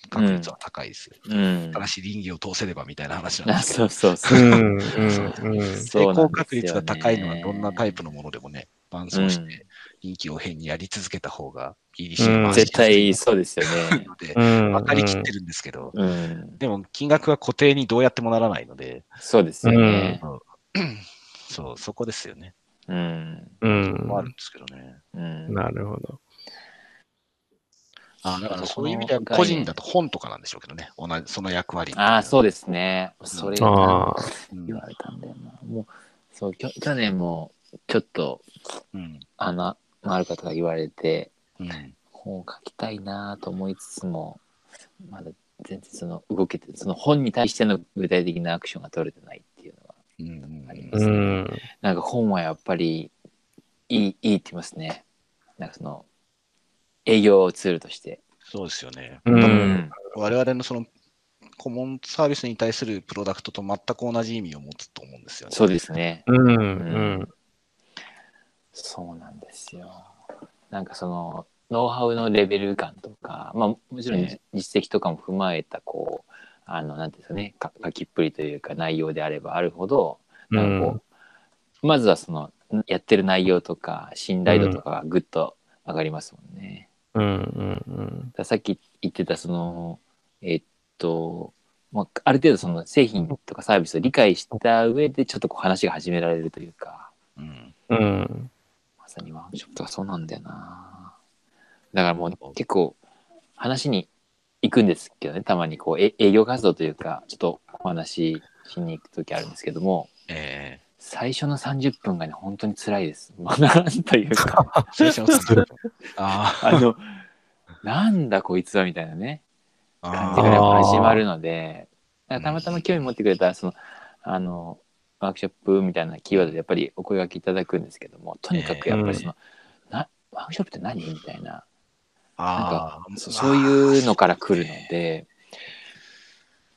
Speaker 1: 確率は高いです。
Speaker 3: うん
Speaker 1: た。だし、倫理を通せればみたいな話なんで
Speaker 3: あ
Speaker 1: すけど
Speaker 3: *laughs* そうそう
Speaker 2: う
Speaker 3: そう。
Speaker 2: ん。
Speaker 1: 成功確率が高いのはどんなタイプのものでもね、伴走し
Speaker 3: うん
Speaker 1: て、臨機応変にやり続けた方が、いい
Speaker 2: うん
Speaker 3: 絶対
Speaker 1: そ
Speaker 3: そうですよね
Speaker 1: *laughs* う。ので、
Speaker 2: うん。
Speaker 1: 分かりきってるんですけど、
Speaker 3: うん。
Speaker 1: でも金額は固定にどうやってもならないので、
Speaker 3: そうですよね。
Speaker 1: そう、そこですよね。
Speaker 3: うん。
Speaker 2: うん。
Speaker 1: もあるんですけどね。
Speaker 3: うん。
Speaker 2: なるほど。
Speaker 1: あだからそういう意味では、個人だと本とかなんでしょうけどね、同じその役割。
Speaker 3: ああ、そう
Speaker 1: で
Speaker 3: ですね。それ言
Speaker 2: ああ。
Speaker 1: す。うん
Speaker 3: われたんだよな。もう、そう、きょ去年も、ちょっと、
Speaker 1: うん
Speaker 3: あの、ある方が言われて、
Speaker 1: うん
Speaker 3: 本を書きたいなと思いつつもまだ全然その動けてその本に対しての具体的なアクションが取れてないっていうのは
Speaker 1: うんうん
Speaker 3: ありま
Speaker 2: う
Speaker 3: すね、
Speaker 2: ん。
Speaker 3: なんか本はやっぱりいいいいって言いますねなんかその営業ツールとして
Speaker 1: そうですよね。
Speaker 2: う。
Speaker 3: うん
Speaker 1: 我々のその顧問サービスに対するプロダクトと全く同じ意味を持つと思うんですよね。
Speaker 3: そうですね
Speaker 2: うん。うん。
Speaker 3: そうなんですよなんかそのノウハウのレベル感とかまあもちろん
Speaker 1: え
Speaker 3: 実績とかも踏まえたこうあのなんていうんですかねか書きっぷりというか内容であればあるほど
Speaker 2: う
Speaker 3: なんかこ
Speaker 2: ん。
Speaker 3: うまずはそのやってる内容とか信頼度とかがぐっと上がりますもんね。
Speaker 2: うんうん
Speaker 3: だからさっき言ってたそのえっと、まあ、ある程度その製品とかサービスを理解した上でちょっとこう話が始められるというか
Speaker 1: うん。
Speaker 2: うん。うん。
Speaker 3: まさにワークショップとかそうなんだよなだからもう結構話に行くんですけどねたまにこうえ営業活動というかちょっとお話ししに行く時あるんですけども
Speaker 1: え
Speaker 3: 最初の30分がね本当に辛いです。 *laughs* まあ、なんというか
Speaker 1: ー、最初の30分。あ
Speaker 3: あのなんだこいつはみたいなね
Speaker 1: ー
Speaker 3: 感
Speaker 1: あ
Speaker 3: じがやっ
Speaker 1: ー。
Speaker 3: ぱ始まるのでだからたまたま興味持ってくれたそのあのワークショップみたいなキーワードでやっぱりお声がけいただくんですけどもとにかくやっぱりその、なワークショップって何みたいな
Speaker 1: あー
Speaker 3: そそういうのから来るので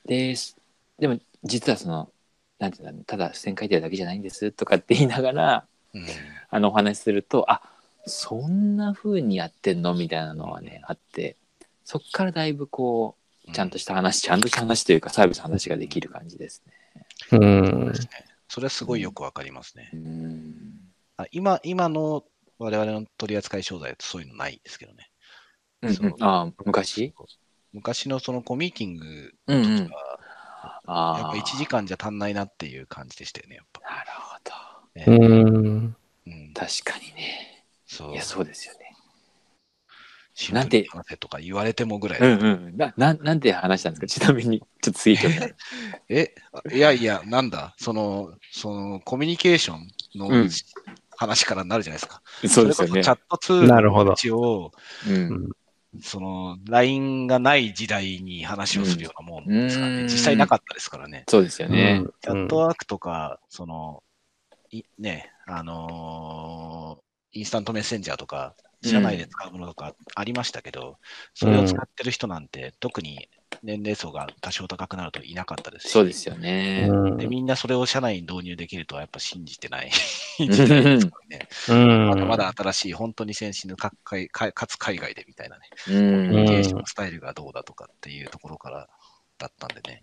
Speaker 3: ですでも実はそのなんていうんだろうただ付箋書いてるだけじゃないんですとかって言いながら
Speaker 1: うん
Speaker 3: あのお話しするとあそんな風にやってんのみたいなのはねあってそっからだいぶこうちゃんとした話、ちゃんとした話というか、サービスの話ができる感じですね。
Speaker 2: うん。
Speaker 1: それはすごいよくわかりますね。
Speaker 3: うん。
Speaker 1: あ今、今の我々の取扱い商材だとそういうのないですけどね。そう
Speaker 3: ああ、昔
Speaker 1: 昔のそのコミーティング
Speaker 3: うんう
Speaker 1: と
Speaker 3: ん。
Speaker 1: か、やっ
Speaker 3: あ
Speaker 1: ぱ
Speaker 3: あ。
Speaker 1: 1時間じゃ足んないなっていう感じでしたよね、やっぱ。
Speaker 3: なるほど。
Speaker 1: ね
Speaker 2: うん。
Speaker 1: うん、
Speaker 3: 確かにね。
Speaker 1: そう
Speaker 3: いや、そうですよね。
Speaker 1: シン
Speaker 3: なん
Speaker 1: プルに
Speaker 3: て
Speaker 1: 話せとか言われてもぐらい、
Speaker 3: うんうん。な、ななんて話したんですかち *laughs* なみに、ちょっとツイートになる。
Speaker 1: え、いやいや、なんだ、その、その、コミュニケーションの、
Speaker 3: うん
Speaker 1: 話からなるじゃないですか。
Speaker 3: そうですよ
Speaker 1: れこ
Speaker 3: ね
Speaker 1: チ。ャットツール
Speaker 2: なるほど。
Speaker 1: 一応、
Speaker 3: うん。
Speaker 1: その、LINE がない時代に話をするようなもんですからね。
Speaker 3: うん
Speaker 1: 実際なかったですからね。
Speaker 3: そうですよね。
Speaker 1: チャットワークとか、その、いね、あのーインスタントメッセンジャーとか、社内で使うものとかありましたけど、それを使ってる人なんて、特に年齢層が多少高くなるといなかったですし
Speaker 3: そうですよね。
Speaker 2: うん
Speaker 1: でみんなそれを社内に導入できるとはやっぱ信じてない
Speaker 3: ん
Speaker 1: 時代ですからね。
Speaker 2: うん
Speaker 1: まだまだ新しい、本当に先進の各界かかつ海外でみたいなね、
Speaker 3: う
Speaker 1: コミュニ
Speaker 3: ん。
Speaker 1: ケーションスタイルがどうだとかっていうところからだったんでね、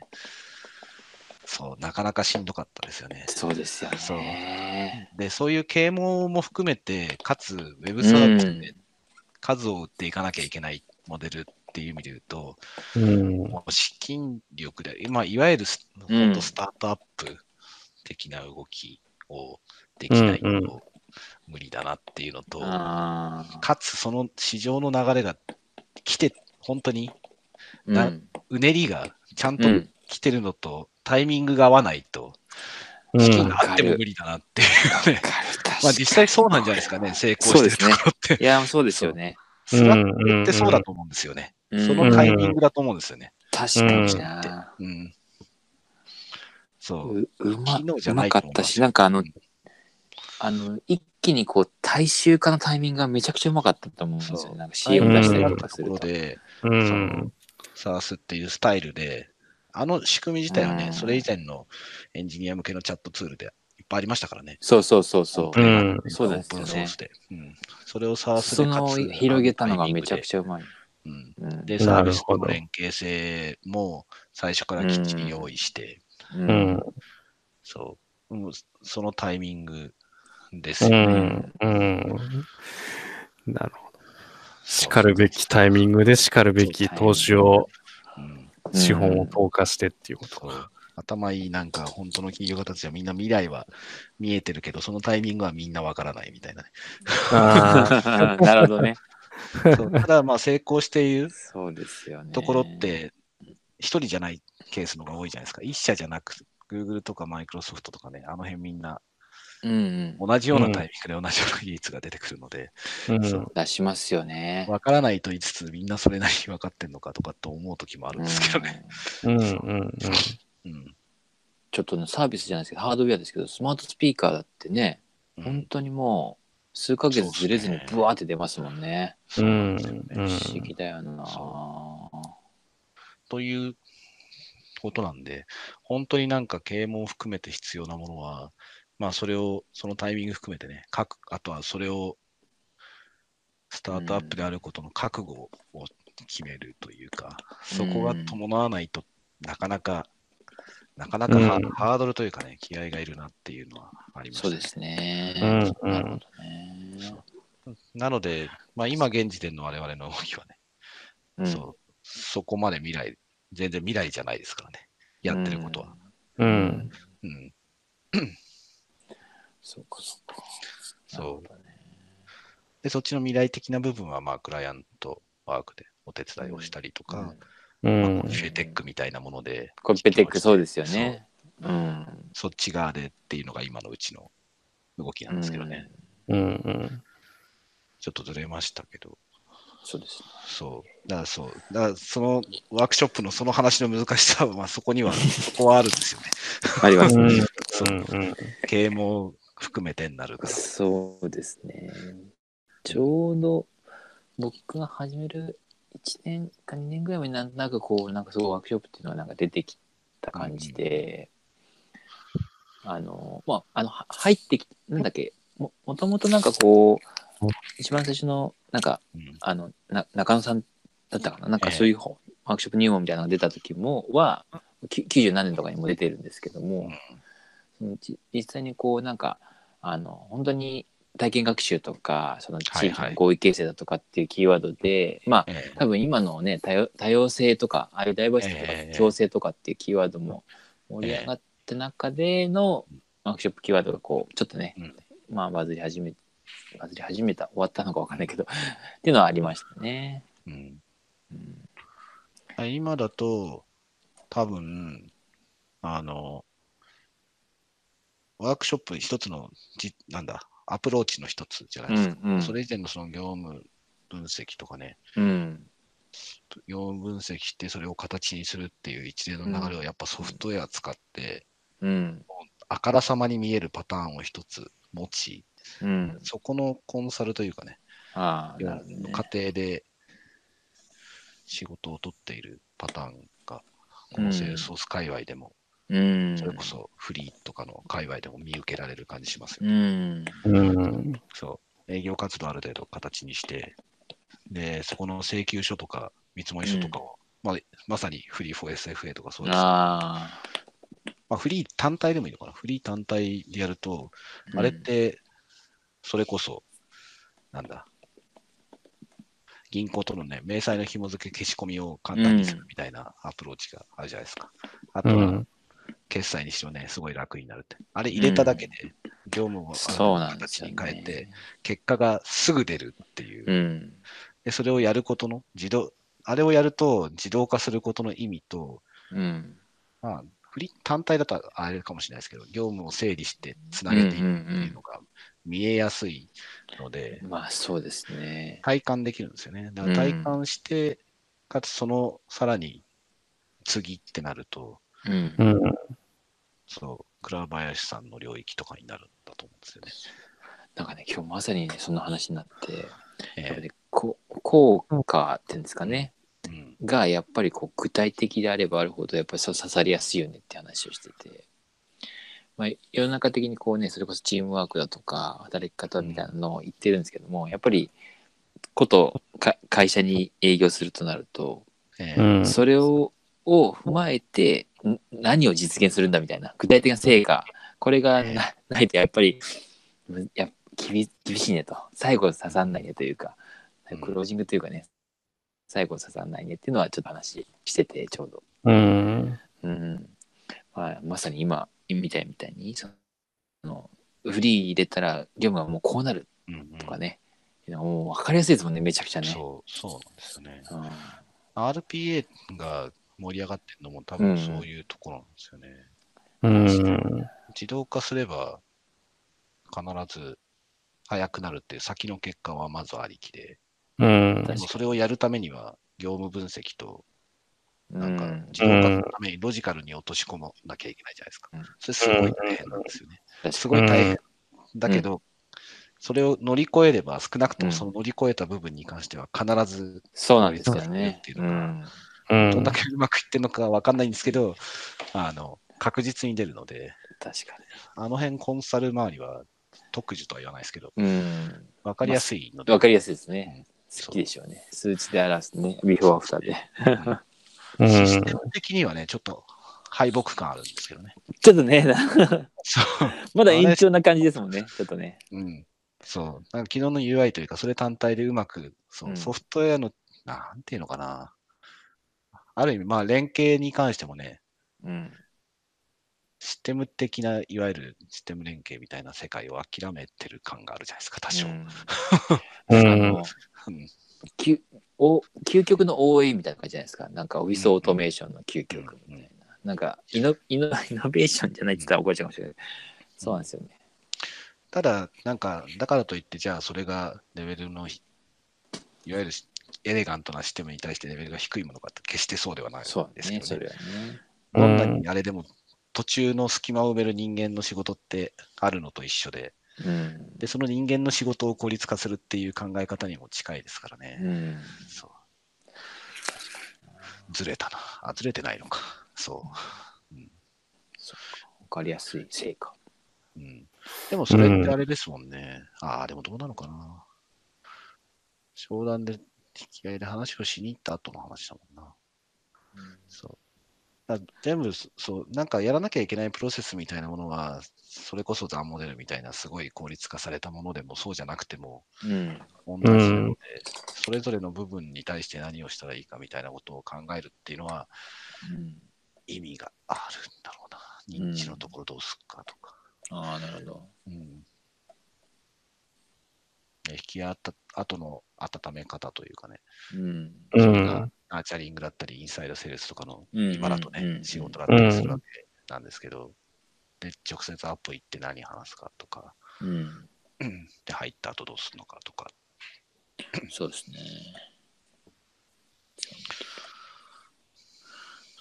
Speaker 1: そう、なかなかしんどかったですよね。
Speaker 3: そうですよね。
Speaker 1: で、そういう啓蒙も含めて、かつ、ウェブサービスで数を売っていかなきゃいけないモデルっていう意味で言うと、
Speaker 2: うん。
Speaker 1: もう資金力で、まあ、いわゆるス、
Speaker 3: うん
Speaker 1: ほんとスタートアップ的な動きをできない
Speaker 2: うんうん
Speaker 1: と無理だなっていうのと、
Speaker 3: ああ。
Speaker 1: かつその市場の流れが来て、本当に
Speaker 3: う。
Speaker 1: なんうねりがちゃんと
Speaker 3: うん。
Speaker 1: 来てるのと、タイミングが合わないと、資金があっても無理だなっていうね。
Speaker 3: わかる確かに
Speaker 1: まあ実際そうなんじゃないですかね、成功してるところって。
Speaker 3: いや、そうですよね。
Speaker 1: スラックってそうだと思うんですよね。
Speaker 3: うん
Speaker 1: そのタイミングだと思うんですよね。
Speaker 3: 確かにな。
Speaker 1: うん。そう。
Speaker 3: ううま
Speaker 1: 昨日じゃ
Speaker 3: う
Speaker 1: な
Speaker 3: ま
Speaker 1: いと
Speaker 3: か
Speaker 1: 思う
Speaker 3: ったしなんかあ
Speaker 1: う
Speaker 3: の
Speaker 1: ん
Speaker 3: あの一気にこう大衆化のタイミングがめちゃくちゃうまかったと思うんです
Speaker 1: そ
Speaker 3: よ
Speaker 1: う
Speaker 3: なんか
Speaker 1: タイミン
Speaker 3: CM
Speaker 1: グ
Speaker 3: 出
Speaker 1: が
Speaker 3: したり
Speaker 1: あ
Speaker 3: と
Speaker 1: る
Speaker 3: か
Speaker 1: と
Speaker 3: す
Speaker 1: こ
Speaker 3: る
Speaker 1: ろ
Speaker 3: と。
Speaker 1: で、
Speaker 2: うん。
Speaker 1: サースっていうスタイルで、あの仕組み自体は
Speaker 3: う
Speaker 1: ね、
Speaker 3: ん
Speaker 1: それ以前のエンジニア向けのチャットツールでいっぱいありましたからね。
Speaker 3: そうそうそうそうう。
Speaker 2: ん。
Speaker 3: そう
Speaker 1: オ
Speaker 3: で
Speaker 1: ー
Speaker 3: す
Speaker 1: プ
Speaker 3: よ
Speaker 1: ンソー
Speaker 3: ね。
Speaker 1: スで。うん。それをサース
Speaker 3: そ
Speaker 1: でか
Speaker 3: の
Speaker 1: つ
Speaker 3: 広げたのがめちゃくちゃうまい。
Speaker 1: うん。
Speaker 3: うん
Speaker 1: で、サ
Speaker 2: な
Speaker 1: ー
Speaker 2: る
Speaker 1: ビス
Speaker 2: ほ
Speaker 1: の
Speaker 2: ど
Speaker 1: 連携性も最初からきっちり用意して、
Speaker 3: う
Speaker 2: うんん。
Speaker 1: そう。もうそのタイミングです
Speaker 2: う
Speaker 1: よね。
Speaker 2: ん。うん。なるほど。しかるべきタイミングでしかるべき投資を、
Speaker 1: うん
Speaker 2: 資本を投下してっていうこと
Speaker 1: そ
Speaker 2: か。
Speaker 1: う頭いいなんか本当の企業家たちはみんな未来は見えてるけど、そのタイミングはみんなわからないみたい
Speaker 2: *laughs*
Speaker 1: なね。
Speaker 2: あ
Speaker 3: *laughs* なるほどね。
Speaker 1: そうただまあ成功している
Speaker 3: そうですよね。
Speaker 1: ところっ。て、一人じゃないケースの方が多いじゃないですか。一社じゃなく、Google とか Microsoft とかね、あの辺みんな
Speaker 3: うんうん。
Speaker 1: 同じようなタイミングで同じような技術が出てくるので、
Speaker 2: あ。うん。
Speaker 3: 出しますよね。
Speaker 1: わからないと言いつつ、みんなそれなりに分かってんのかとかと思う時もあるんですけどね。
Speaker 3: うん
Speaker 2: うん。うん。
Speaker 1: うん。
Speaker 3: ちょっとねサービスじゃないですけどハードウェアですけどスマートスピーカーだってね
Speaker 1: うん
Speaker 3: 本当にもう数ヶ月ずれずにブワーって出ますもんね。
Speaker 2: う
Speaker 1: なんですよね
Speaker 2: ん。
Speaker 3: 不思議だよな。
Speaker 1: ということなんで、本当になんか啓蒙を含めて必要なものは、まあそれを、そのタイミング含めてね、各あとはそれをスタートアップであることの覚悟を決めるというか、そこが伴わないとなかなか、なかなかハ,、
Speaker 2: うん
Speaker 1: ハードルというかね、気合がいるなっていうのはあります
Speaker 3: そうですね。
Speaker 2: うんうん
Speaker 3: なるほどね。
Speaker 1: なので、まあ、今現時点の我々の動きはね、
Speaker 3: うん
Speaker 1: そうそこまで未来、全然未来じゃないですからね、やってることは。
Speaker 2: う。。
Speaker 3: うん
Speaker 1: うん、
Speaker 3: そうか、そうか。
Speaker 1: そう
Speaker 3: なるほどね。
Speaker 1: で、そっちの未来的な部分は、まあ、クライアントワークでお手伝いをしたりと
Speaker 3: う
Speaker 1: か
Speaker 3: ん、
Speaker 2: うん
Speaker 1: まあ、フェテックみたいなもので、
Speaker 3: コンペテックそうですよね。うん。
Speaker 1: そっち側でっていうのが今のうちの動きなんですけどね、
Speaker 2: うん。うん
Speaker 1: ちょっとずれましたけど、
Speaker 3: そうですね。
Speaker 1: そう、だからそう、だからそのワークショップのその話の難しさは、まあ、そこ
Speaker 3: *laughs*
Speaker 1: には、そこはあるんですよね。
Speaker 3: あります
Speaker 2: うん
Speaker 3: ね。
Speaker 2: うん
Speaker 1: 経営も含めてになるから。
Speaker 3: そうですね。ちょうど僕が始める1年か2年ぐらい前になんとなくこう、なんかすごいワークショップっていうのはなんか出てきた感じで、あの、まあ、あの、は入ってき、なんだっけ、ももともとなんかこう、一番最初の、なんか、
Speaker 1: うん
Speaker 3: あのな中野さんだったかななんかそういう本、ワークショップ入門みたいなのが出た時もはき90何年とかにも出てるんですけども、そのじ実際にこうなんかあの本当に体験学習とかその地域
Speaker 1: はいは
Speaker 3: の
Speaker 1: い
Speaker 3: 合意形成だとかっていうキーワードで、まあ
Speaker 1: ええ
Speaker 3: 多分今のね多様多様性とかああいうダイバーシティと
Speaker 1: ええ
Speaker 3: か共生とかっていうキーワードも盛り上がった中でのワークショップキーワードがこうちょっとね、
Speaker 1: うん
Speaker 3: まあバズり始めバズり始めた終わったのかわかんないけど *laughs* っていうのはありましたね。
Speaker 1: うん
Speaker 3: うん
Speaker 1: あ今だと、多分、あの、ワークショップ一つのじ、なんだ、アプローチの一つじゃな
Speaker 3: う
Speaker 1: いですか。
Speaker 3: んうん
Speaker 1: それ以前のその業務分析とかね、
Speaker 3: うん
Speaker 1: 業務分析してそれを形にするっていう一連の流れをやっぱソフトウェア使って、
Speaker 3: うん
Speaker 1: あからさまに見えるパターンを一つ持ち、
Speaker 3: うん
Speaker 1: そこのコンサルというかね、
Speaker 3: ああなるほど
Speaker 1: の
Speaker 3: ね
Speaker 1: 過程で仕事を取っているパターンが、このセールスソース界隈でも、
Speaker 3: うん
Speaker 1: それこそフリーとかの界隈でも見受けられる感じしますよ、
Speaker 3: うん
Speaker 2: うん
Speaker 1: そう。営業活動ある程度形にして、で、そこの請求書とか見積もり書とかを、まあ、まさにフリー 4SFA とかそうです。
Speaker 3: あ
Speaker 1: まあ、フリー単体でもいいのかな。フリー単体でやると、
Speaker 3: あ
Speaker 1: あれって、それこそ、なんだ、銀行とのね、明細の紐付け消し込みを簡単にするみたいなアプローチがあるじゃないですか。あと
Speaker 2: う
Speaker 1: は
Speaker 2: ん、
Speaker 1: 決済にしてもね、すごい楽になるって。あれ入れただけで、業務を
Speaker 3: そうなんで
Speaker 1: 形
Speaker 3: すよ、
Speaker 1: に
Speaker 3: ね、
Speaker 1: 変えて、結果がすぐ出るっていう
Speaker 3: う。ん
Speaker 1: でそれをやることの自動、あれをやると自動化することの意味と、
Speaker 3: うん
Speaker 1: まあ、フリー単体だとあれかもしれないですけど、業務を整理してつなげていくっていうのが見えやすいので、
Speaker 3: まあそうですね。
Speaker 1: 体感できるんですよね。だから体感して、かつそのさらに次ってなると、
Speaker 3: うん
Speaker 2: う。ん
Speaker 1: そう、倉林さんの領域とかになるんだと思うんです
Speaker 3: なんかね、今日まさにね、そんな話になって、やっ
Speaker 1: よ
Speaker 3: ぱ
Speaker 1: ね。
Speaker 3: りこ効果っていうんですかね、
Speaker 1: えーうん、
Speaker 3: がやっぱりこう具体的であればあるほど、やっぱりそう刺さりやすいよねって話をしてて、まあ、世の中的にこうね、それこそチームワークだとか、働き方みたいなのを言ってるんですけども、やっぱり、ことか会社に営業するとなると、
Speaker 1: え
Speaker 2: う
Speaker 1: ー
Speaker 2: ん
Speaker 3: それをを踏まえてん何を実現するんだみたいな具体的な成果これがなないとやっぱりむや厳厳しいねと最後刺さんないねというか
Speaker 1: うん
Speaker 3: クロージングというかね最後刺さんないねっていうのはちょっと話しててちょうど、
Speaker 2: うん
Speaker 3: うんまあ、まさに今みたいみたいにそのフリー入れたら業務がもうこうなる
Speaker 1: うんうん
Speaker 3: とかね、いうのがもう分かりやすいですもんねめちゃくちゃね。
Speaker 1: そう、そうなんですよね。
Speaker 3: うん
Speaker 1: RPA が盛り上がってるのも多分そういうところなんですよね。
Speaker 2: うん
Speaker 1: 自動化すれば必ず早くなるっていう先の結果はまずありきで、
Speaker 2: うん
Speaker 1: でもそれをやるためには業務分析となんか
Speaker 3: うん
Speaker 1: 自動化のためにロジカルに落とし込まなきゃいけないじゃないですか
Speaker 3: うん。
Speaker 1: それすごい大変なんですよね。
Speaker 3: 確かに
Speaker 1: すごい大変だけど、それを乗り越えれば、少なくともその乗り越えた部分に関しては必ず、
Speaker 3: そうなんですよね。
Speaker 1: っていうのが
Speaker 3: うん
Speaker 2: うん
Speaker 1: どんだけうまくいってるのかわかんないんですけど、あの、確実に出るので、
Speaker 3: 確か
Speaker 1: あの辺コンサル周りは特需とは言わないですけど、
Speaker 3: に。うん。
Speaker 1: わかりやすいので、
Speaker 3: わかりやすいですね。
Speaker 1: そう
Speaker 3: 好きでしょうね。数値で表すね。ビフォーアフターで。
Speaker 2: う
Speaker 1: シス
Speaker 2: ん
Speaker 1: テム的にはね、ちょっと敗北感あるんですけどね。
Speaker 3: ちょっとね、な
Speaker 1: そう。
Speaker 3: まだ延長な感じですもんね。ちょっとね。
Speaker 1: うん。そう。なんか昨日の UI というか、それ単体でうまく、そうう、
Speaker 3: ん
Speaker 1: ソフトウェアの、なんていうのかな。ある意味、まあ、連携に関してもね、
Speaker 3: うん。
Speaker 1: システム的な、いわゆるシステム連携みたいな世界を諦めてる感があるじゃないですか、多少。
Speaker 3: うん
Speaker 2: うん
Speaker 3: あの
Speaker 1: うん
Speaker 3: きゅお究極の OE みたいな感じじゃないですか。なんかオフィスオートメーションの究極みたいな。なんかイノイノイノベーションじゃないって言ったら怒られちゃうかもしれない。そうなんですよね。
Speaker 1: ただ、なんか、だからといって、じゃあ、それがレベルのひ、いわゆるしエレガントなシステムに対してレベルが低いものかって決してそうではないです
Speaker 3: そう
Speaker 1: け
Speaker 3: です
Speaker 1: どね
Speaker 3: ね。それはね。
Speaker 1: どんなにあれでも、途中の隙間を埋める人間の仕事ってあるのと一緒で、
Speaker 3: うん。
Speaker 1: で、その人間の仕事を効率化するっていう考え方にも近いですからね。
Speaker 3: うん。
Speaker 1: そう。ずれたな。あ、ずれてないのか。そ
Speaker 3: わかりやすい成果。
Speaker 1: う。うん。でも、それってあれですもんね。ああ、でもどうなのかな。商談で引き合いで話をしに行った後の話だもんな。そう。だ全部そ、そう、なんかやらなきゃいけないプロセスみたいなものは、それこそザンモデルみたいなすごい効率化されたものでもそうじゃなくても、
Speaker 3: うん。
Speaker 1: 同じなので、それぞれの部分に対して何をしたらいいかみたいなことを考えるっていうのは
Speaker 3: うん、
Speaker 1: 意味があるんだろうな。認知のところどうすっかとか。
Speaker 3: ああ、なるほど。
Speaker 1: うん。で引き合った後の温め方というかね、
Speaker 3: うん。
Speaker 1: そ
Speaker 2: う
Speaker 1: れが
Speaker 2: ん。
Speaker 1: アーチャリングだったり、インサイドセールスとかの
Speaker 3: うん
Speaker 1: 今だと
Speaker 3: うんうん
Speaker 1: ね
Speaker 3: う、ん
Speaker 1: 仕事だったりするわけなんですけど、で、直接アップ行って何話すかとか、
Speaker 3: うん。
Speaker 1: うんで、入った後どうするのかとか、
Speaker 3: そうですね。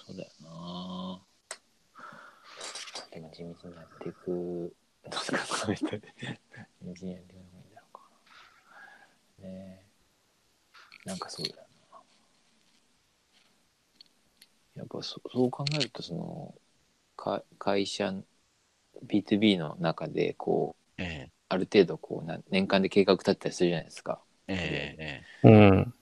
Speaker 3: そうだよな。でも地道にやっていく。どうすか、こういう人で地道にやっていくのがいいんだろうか。ねえ。なんかそうだよな。やっぱそそう考えると、その、か会社、B2B の中で、こう、
Speaker 1: え
Speaker 3: ある程度こうな、年間で計画立てたりするじゃないですか。
Speaker 1: え、ええ、え
Speaker 2: うん。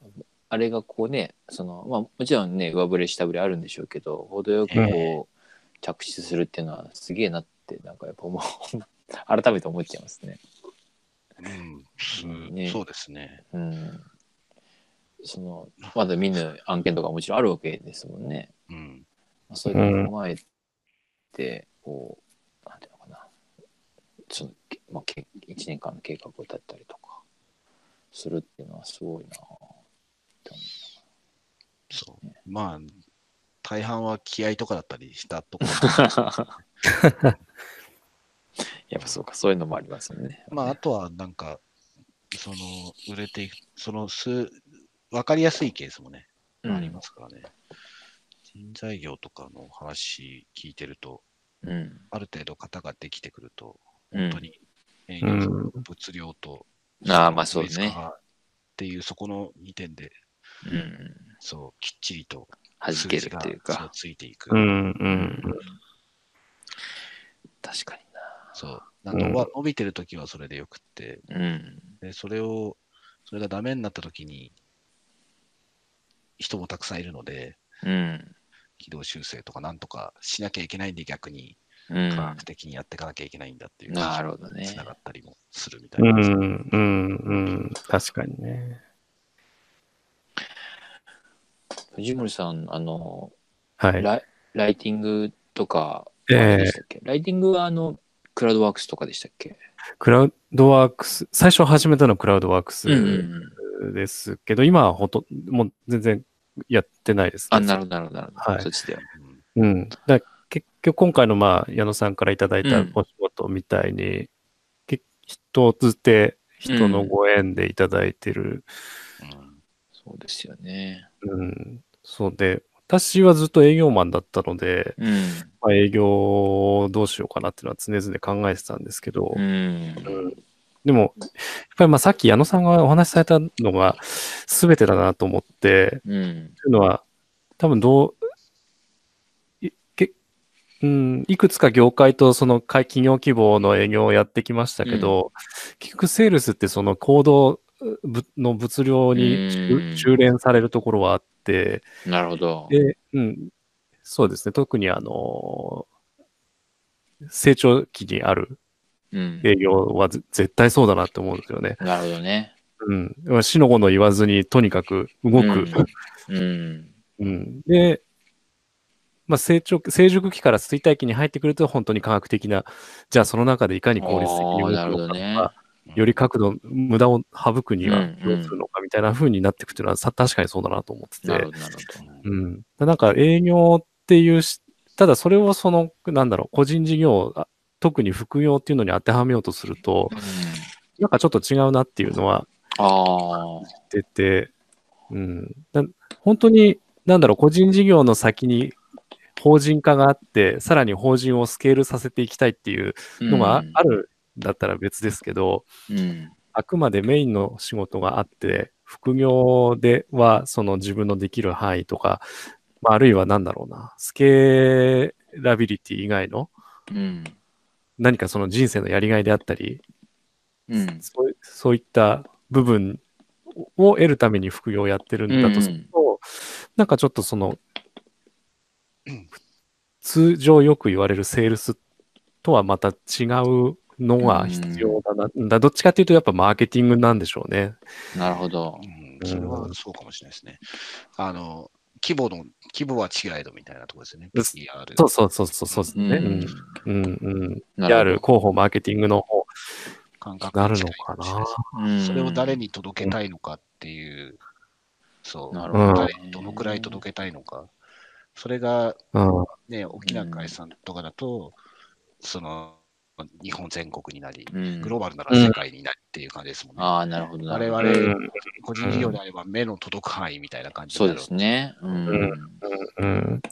Speaker 3: あれがこうねその、まあ、もちろんね上振れ下振れあるんでしょうけど程よくこう、着地するっていうのはすげえなってなんかやっぱもう *laughs* 改めて思っちゃいますね。
Speaker 1: えうんす
Speaker 3: ね
Speaker 1: そうですね。
Speaker 3: うん、そのまだ見ぬ案件とかもちろんあるわけですもんね。
Speaker 1: うん。
Speaker 3: まあ、そういうのを踏まえてこうなんていうのかなその、けまあ、け1年間の計画を立てたりとかするっていうのはすごいなって思
Speaker 1: そう。まあ、大半は気合とかだったりしたとこ
Speaker 3: *laughs* やっぱそうかそういうのもありますよね。
Speaker 1: まあ、あとはなんか、その、売れていく、その数、わかりやすいケースもね、
Speaker 3: うん
Speaker 1: ありますからね。人材業とかの話聞いてると、
Speaker 3: うん。
Speaker 1: ある程度型ができてくると、
Speaker 3: 本
Speaker 1: 本当。に営業
Speaker 2: うん
Speaker 1: と物量と、
Speaker 3: ああ、まあそうです
Speaker 1: 効率
Speaker 3: ね
Speaker 1: 化。がっていう、そこの2点で、
Speaker 3: うん。
Speaker 1: そう、きっちりと
Speaker 3: 弾
Speaker 1: 数
Speaker 3: け
Speaker 1: 字
Speaker 3: る
Speaker 1: が
Speaker 3: っていう
Speaker 1: そう
Speaker 3: か。
Speaker 1: ついていく。
Speaker 2: うん。うん。
Speaker 3: 確か
Speaker 1: そう。なんか
Speaker 2: うん
Speaker 1: 伸ば伸びてるときはそれでよくって、
Speaker 3: にな。うん。
Speaker 1: で、それを、それがダメになったときに、人もたくさんいるので、
Speaker 3: うん。
Speaker 1: 軌道修正とかなんとかしなきゃいけないんで逆に
Speaker 3: うん
Speaker 1: 科。学的にやっていかなきゃいけないんだっていう
Speaker 3: なるほどね
Speaker 1: つながったりもするみた
Speaker 2: う
Speaker 1: いな。
Speaker 2: ん。うん。確かにね。
Speaker 3: 藤森さん、あの、
Speaker 2: はい。
Speaker 3: ライライティングとか、
Speaker 2: ええ
Speaker 3: あれでしたっけライティングは、あの、クラウドワークスとかでしたっけ
Speaker 2: クラウドワークス、最初始めたのはクラウドワークス
Speaker 3: うん。
Speaker 2: ですけど、今はほとんど、もう全然やってないです、
Speaker 3: あ、なるほど、なるほど、なるほ
Speaker 2: は
Speaker 3: ど。
Speaker 2: い
Speaker 3: そっちでは。
Speaker 1: うん
Speaker 2: うん。だから結局今回のまあ矢野さんからいただいた
Speaker 3: うん
Speaker 2: お仕事みたいに、け人を通じて人のご縁でいただいてる。
Speaker 1: うん
Speaker 3: そうですよね。
Speaker 2: うん。そうで、私はずっと営業マンだったので、
Speaker 3: うん。
Speaker 2: まあ、営業をどうしようかなっていうのは常々考えてたんですけど、
Speaker 3: うん。
Speaker 2: でも、やっぱりまあさっき矢野さんがお話しされたのが全てだなと思って、
Speaker 3: うん。
Speaker 2: というのは、多分どう、いけうん、いくつか業界とその会企業規模の営業をやってきましたけど、結局セールスってその行動ぶの物量に
Speaker 3: うん
Speaker 2: 修練されるところはあって、
Speaker 3: なるほど。
Speaker 2: で、うん、そうですね、特にあの、成長期にある
Speaker 3: うん。
Speaker 2: 営業はぜ絶対そうだなって思うんですよね。
Speaker 3: なるほどね。
Speaker 2: うん。しのごの言わずに、とにかく動く。
Speaker 3: うん。
Speaker 2: うん、で、まあ、成長成熟期から衰退期に入ってくると本当に科学的なじゃあその中でいかに効率的に動く
Speaker 3: あーなるほ
Speaker 2: の
Speaker 3: ど
Speaker 2: かと
Speaker 3: ね
Speaker 2: か、より角度無駄を省くに
Speaker 3: う
Speaker 2: は
Speaker 3: んうん
Speaker 2: どうするのかみたいな風になっていくっていうのはさ確かにそうだなと思ってて、
Speaker 3: なるほど、なるほど。
Speaker 2: うん、なんか営業っていうしただそれをそのなんだろう個人事業あ特に副業っていうのに当てはめようとすると
Speaker 3: うん、
Speaker 2: なんかちょっと違うなっていうのは
Speaker 3: ああ。
Speaker 2: 出て、うん、な本当に、なんだろう、個人事業の先に法人化があって、さらに法人をスケールさせていきたいっていうのがあるんだったら別ですけど、
Speaker 3: うん。
Speaker 2: あくまでメインの仕事があって、副業ではその自分のできる範囲とか、まあ、あるいはなんだろうな、スケラビリティ以外の
Speaker 3: うん。
Speaker 2: 何かその人生のやりがいであったり、
Speaker 3: うん。
Speaker 2: そういそういった部分を得るために副業をやってるんだとすると、なんかちょっとその、通常よく言われるセールスとはまた違うのが必要だな。だどっちかっていうとやっぱマーケティングなんでしょうね。
Speaker 3: なるほど
Speaker 1: う。ん、それはそうかもしれないですね。あの、規模の、規模は違えどみたいなところですよね。PR
Speaker 2: そうそうそうそうそうです
Speaker 3: うん
Speaker 2: ね。うんうんうん。
Speaker 3: な
Speaker 2: や
Speaker 3: る
Speaker 2: る広報マーケティングの方
Speaker 1: 感覚
Speaker 2: にな
Speaker 1: が違
Speaker 2: る
Speaker 1: い
Speaker 2: の
Speaker 1: ま
Speaker 2: か
Speaker 1: すね
Speaker 2: な。
Speaker 3: ほどうん
Speaker 1: それを誰に届けたいのかっていう、そう、
Speaker 3: なる
Speaker 2: ほど
Speaker 1: 誰どのくらい届けたいのか。それが、
Speaker 2: うん
Speaker 1: ね、大きな会社さんとかだと、その、日本全国になり、
Speaker 3: うん
Speaker 1: グローバルなら世界になりっていう感じですもんね。
Speaker 3: ああ、なるほど。なるほど
Speaker 1: 我
Speaker 2: う
Speaker 1: 々
Speaker 2: ん
Speaker 1: 個人事業であれば目の届く範囲みたいな感じ
Speaker 3: そ
Speaker 1: に
Speaker 3: う
Speaker 1: な
Speaker 3: で
Speaker 1: る。
Speaker 3: すね。うん。
Speaker 2: うんうん、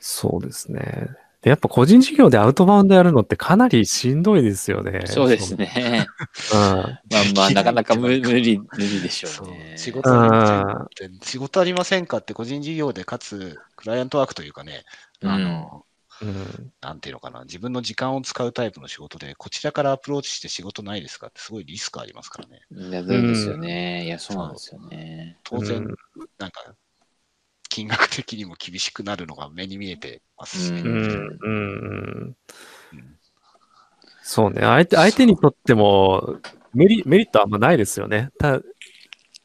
Speaker 2: そうですね。で、やっぱ個人事業でアウトバウンドやるのってかなりしんどいですよね。
Speaker 3: そうです。ね。
Speaker 2: うん。
Speaker 3: *laughs* まあまあ、なか
Speaker 2: *laughs*
Speaker 3: なか無無理、無理でしょう
Speaker 1: そ
Speaker 3: ね。
Speaker 1: う仕事ありませんかって、仕事ありませんかって個人事業で、かつクライアントワークというかね、あの、
Speaker 2: うん、
Speaker 1: なんていうのかな、自分の時間を使うタイプの仕事で、こちらからアプローチして仕事ないですかってすごいリスクありますからね。
Speaker 3: いや、そうですよね。いや、そうなんですよね。
Speaker 1: 当然、なんか、金額的にも厳しくなるのが目に見えてますしね。
Speaker 2: う
Speaker 3: うん
Speaker 2: ん、うん。そうね。相手、相手にとってもメリ、メリットあんまないですよね。た、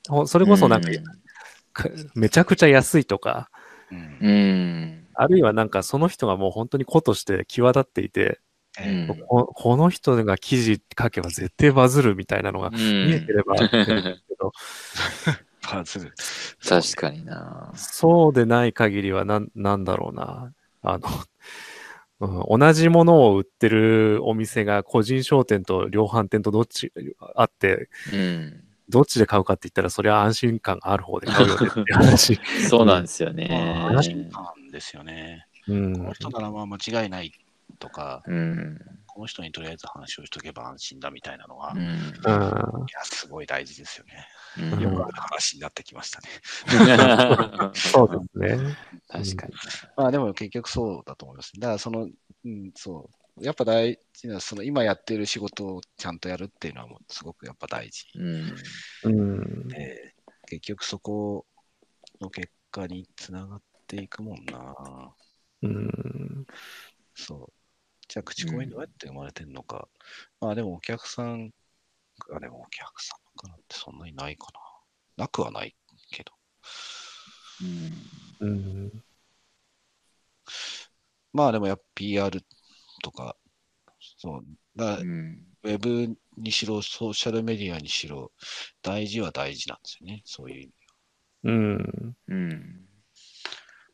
Speaker 2: ほそれこそなんか、かめちゃくちゃ安いとか、
Speaker 1: うん
Speaker 3: うん。うん。
Speaker 2: あるいはなんかその人がもう本当に子として際立っていて、
Speaker 1: え
Speaker 3: うん
Speaker 2: ここの人が記事書けば絶対バズるみたいなのが
Speaker 3: う
Speaker 2: 見え
Speaker 3: ん
Speaker 2: て
Speaker 3: *laughs*
Speaker 2: れば、けど
Speaker 1: えバズる。
Speaker 3: 確かにな。
Speaker 2: そうでない限りはなん、なんだろうな。あの、うん、同じものを売ってるお店が個人商店と量販店とどっちあって、
Speaker 3: うん。
Speaker 2: どっちで買うかって言ったら、それは安心感がある方で買うよねっていう話。
Speaker 3: そうなんですよ
Speaker 1: ま
Speaker 3: ね
Speaker 1: あ。話なんですよね。
Speaker 2: うん。
Speaker 1: この人ならまあ間違いないとか、
Speaker 3: うん。
Speaker 1: この人にとりあえず話をしとけば安心だみたいなのは、
Speaker 3: う
Speaker 1: い
Speaker 3: ん。
Speaker 2: うん
Speaker 1: や、すごい大事ですよね。
Speaker 3: うん
Speaker 1: よくある話になってきましたね。
Speaker 2: そうですね。
Speaker 3: 確かに。
Speaker 1: まあでも結局そうだと思います。だからその、うん、そう。やっぱ大事な、その今やってる仕事をちゃんとやるっていうのはもうすごくやっぱ大事
Speaker 3: うん。
Speaker 2: うん。
Speaker 1: で、結局そこの結果につながっていくもんな。
Speaker 2: うん。
Speaker 1: そう。じゃあ、口コミどうやって生まれてんのか。まあでもお客さん、あ、でもお客さんからってそんなにないかな。なくはないけど。
Speaker 2: うん。
Speaker 1: まあでもやっぱ PR とか、そう。だから
Speaker 3: うん。
Speaker 1: ウェブにしろ、ソーシャルメディアにしろ、大事は大事なんですよね。そういう
Speaker 2: うん。
Speaker 3: うん。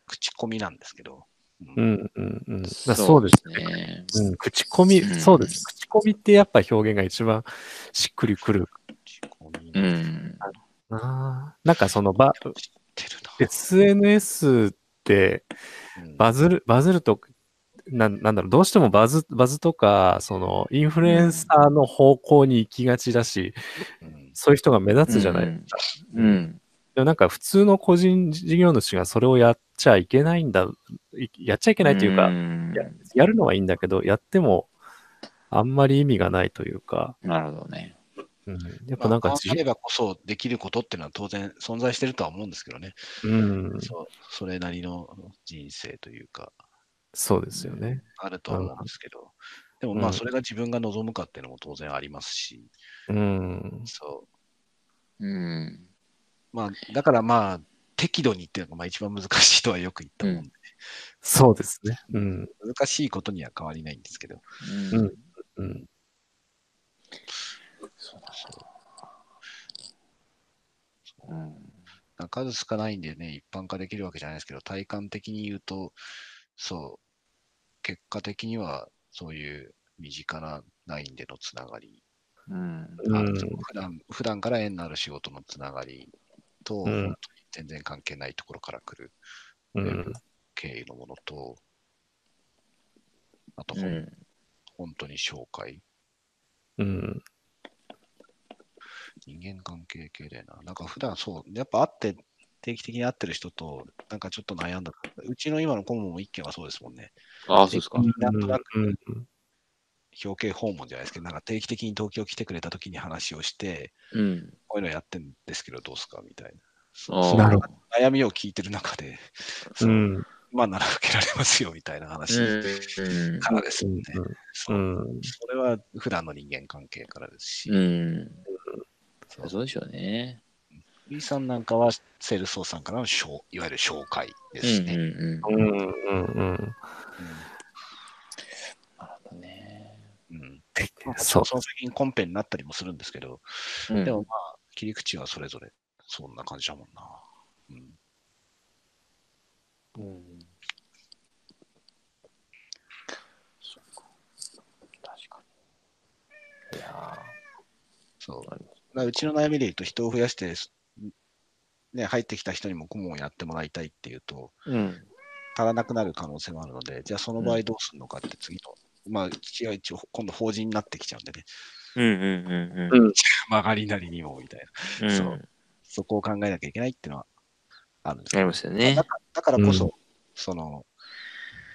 Speaker 1: 口コミなんですけど。
Speaker 2: う
Speaker 1: うん
Speaker 2: ん。うん。うん。だそうです
Speaker 3: すね。
Speaker 2: うん、口コミ、
Speaker 3: うん
Speaker 2: そうです。口コミってやっぱ表現が一番しっくりくる
Speaker 1: 口コミ
Speaker 3: う。
Speaker 1: なん
Speaker 2: な。なんかそのバ、
Speaker 1: 知ってるな。
Speaker 2: SNS って
Speaker 1: うん
Speaker 2: バズる、バズると、なんなんだろう、どうしてもバズ、バズとか、その、インフルエンサーの方向に行きがちだし、
Speaker 1: うん
Speaker 2: そういう人が目立つじゃない。
Speaker 3: うん。
Speaker 2: でもなんか普通の個人事業主がそれをやっちゃいけないんだ、いやっちゃいけないというか、ややるのはいいんだけど、やってもあんまり意味がないというか、
Speaker 3: なるほどね。
Speaker 2: うん、やっぱなんか
Speaker 1: まあ
Speaker 2: じ、
Speaker 1: あればこそできることっていうのは当然存在してるとは思うんですけどね。
Speaker 2: うん、
Speaker 1: そうそれなりの人生というか、
Speaker 2: そうですよね。
Speaker 1: あるとは思うんですけど。でもま
Speaker 2: う
Speaker 1: あ
Speaker 2: ん
Speaker 1: それが自分が望むかっていうのも当然ありますし、
Speaker 2: うん。
Speaker 1: そ
Speaker 3: うん。
Speaker 1: う。まあだからまあ適度にっていうのがまあ一番難しいとはよく言ったもんで、
Speaker 2: そうですね。うん。
Speaker 1: 難しいことには変わりないんですけど、
Speaker 3: う
Speaker 2: うん
Speaker 3: ん。
Speaker 2: うん。
Speaker 3: そうだなうん。
Speaker 1: なんか数少ないんでね、一般化できるわけじゃないですけど、体感的に言うと、そう、結果的にはそういう身近なラインでのつながり、
Speaker 3: うん。
Speaker 2: うん
Speaker 1: あの普段普段から縁のある仕事のつながりと、
Speaker 2: うん
Speaker 1: 本当に全然関係ないところから来る
Speaker 2: うん。
Speaker 1: 経緯のものと、あと、
Speaker 3: う
Speaker 1: ほん
Speaker 3: ん。
Speaker 1: 本当に紹介、
Speaker 2: うん。
Speaker 1: 人間関係系だよな。なんか普段そう、やっぱ会って、定期的に会ってる人と、なんかちょっと悩んだ。うちの今の顧問も一件はそうですもんね。
Speaker 3: ああ、そうですか。
Speaker 1: なんとなく
Speaker 2: うん
Speaker 1: 表敬訪問じゃないですけど、なんか定期的に東京来てくれた時に話をして、
Speaker 3: うん。
Speaker 1: こういうのやってんですけどどうすかみたいな。
Speaker 3: ああ
Speaker 2: なるほ
Speaker 1: 悩みを聞いてる中で、
Speaker 2: う。
Speaker 1: そうんまあ、なら受けられますよみたいな話
Speaker 3: うん
Speaker 1: からですよね。
Speaker 2: う。
Speaker 1: そうんそれは普段の人間関係からですし、
Speaker 3: うん。
Speaker 1: そう
Speaker 3: そうでしょうね。
Speaker 1: B さんなんかはセールスーさんからの紹いわゆる紹介で
Speaker 3: う
Speaker 1: す
Speaker 3: ん。
Speaker 1: ね。
Speaker 3: うん。
Speaker 2: うん。うん。
Speaker 3: なるほどね。
Speaker 1: うんうんまあ
Speaker 2: そ
Speaker 1: そうの先にコンペになったりもするんですけど、
Speaker 3: うん
Speaker 1: でもまあ、切り口はそれぞれそんな感じだもんな。うん
Speaker 3: うんそっか確かに。いや
Speaker 1: そう
Speaker 3: なるほ
Speaker 1: まあうちの悩みで言うと、人を増やして、すね、入ってきた人にも顧問をやってもらいたいっていうと、
Speaker 3: ーうん。
Speaker 1: 足らなくなる可能性もあるので、じゃあその場合どうするのかって次の、まあ、うちは一応今度法人になってきちゃうんでね、
Speaker 3: うんうん
Speaker 2: うん
Speaker 1: *laughs* 曲がりなりにもみたいな、
Speaker 3: うん。
Speaker 1: そ
Speaker 3: そう
Speaker 1: う。そこを考えなきゃいけないっていうのはあるんです
Speaker 3: ありますよね
Speaker 1: だ。かだからこそ、
Speaker 2: うん
Speaker 1: その、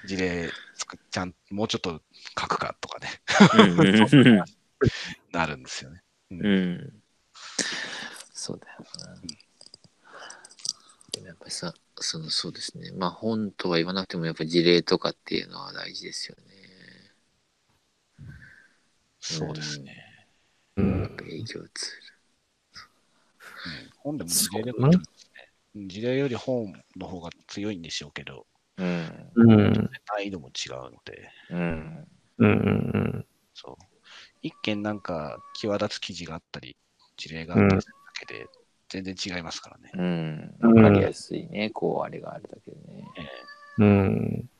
Speaker 1: 事例つく、ちゃん、もうちょっと書くかとかね、 *laughs*
Speaker 3: うんうん
Speaker 1: なるんですよね。
Speaker 3: うん。そうだよな。でもやっぱりさ、そのそうですね。まあ本とは言わなくてもやっぱ事例とかっていうのは大事ですよね。
Speaker 1: そうですね。
Speaker 2: う
Speaker 3: やっ
Speaker 2: ん。
Speaker 3: ぱ影響ツ
Speaker 1: うん本でも事
Speaker 2: そう
Speaker 1: 例
Speaker 2: ね
Speaker 1: でもいいですね。うん事例より本の方が強いんでしょうけど、
Speaker 3: ール。うん。
Speaker 2: うん。
Speaker 1: 難易度も違うので、
Speaker 3: うん。
Speaker 2: うん。
Speaker 1: そう。一見なんか際立つ記事があったり、事例があったりするだけで、全然違いますからね。
Speaker 3: うん。
Speaker 2: うん
Speaker 3: わかりやすいね。こう、あれがあるだけでね。
Speaker 1: ええ
Speaker 2: うん。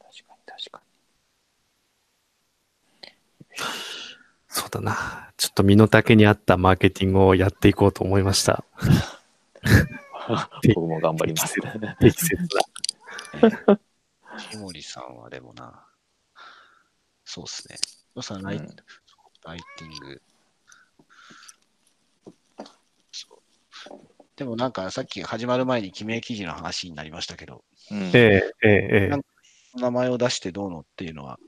Speaker 3: 確かに、確か
Speaker 2: そうだな。ちょっと身の丈に合ったマーケティングをやっていこうと思いました。
Speaker 3: に。僕も頑張ります。
Speaker 2: 適切な。
Speaker 1: 木森さんはでもな、そうっすね。木森さんライ,、
Speaker 3: うん
Speaker 1: ライティング。そうでもなんかさっき始まる前に記名記事の話になりましたけど、
Speaker 3: うん
Speaker 2: ええ、ええ、え
Speaker 1: なん名前を出してどうのっていうのは、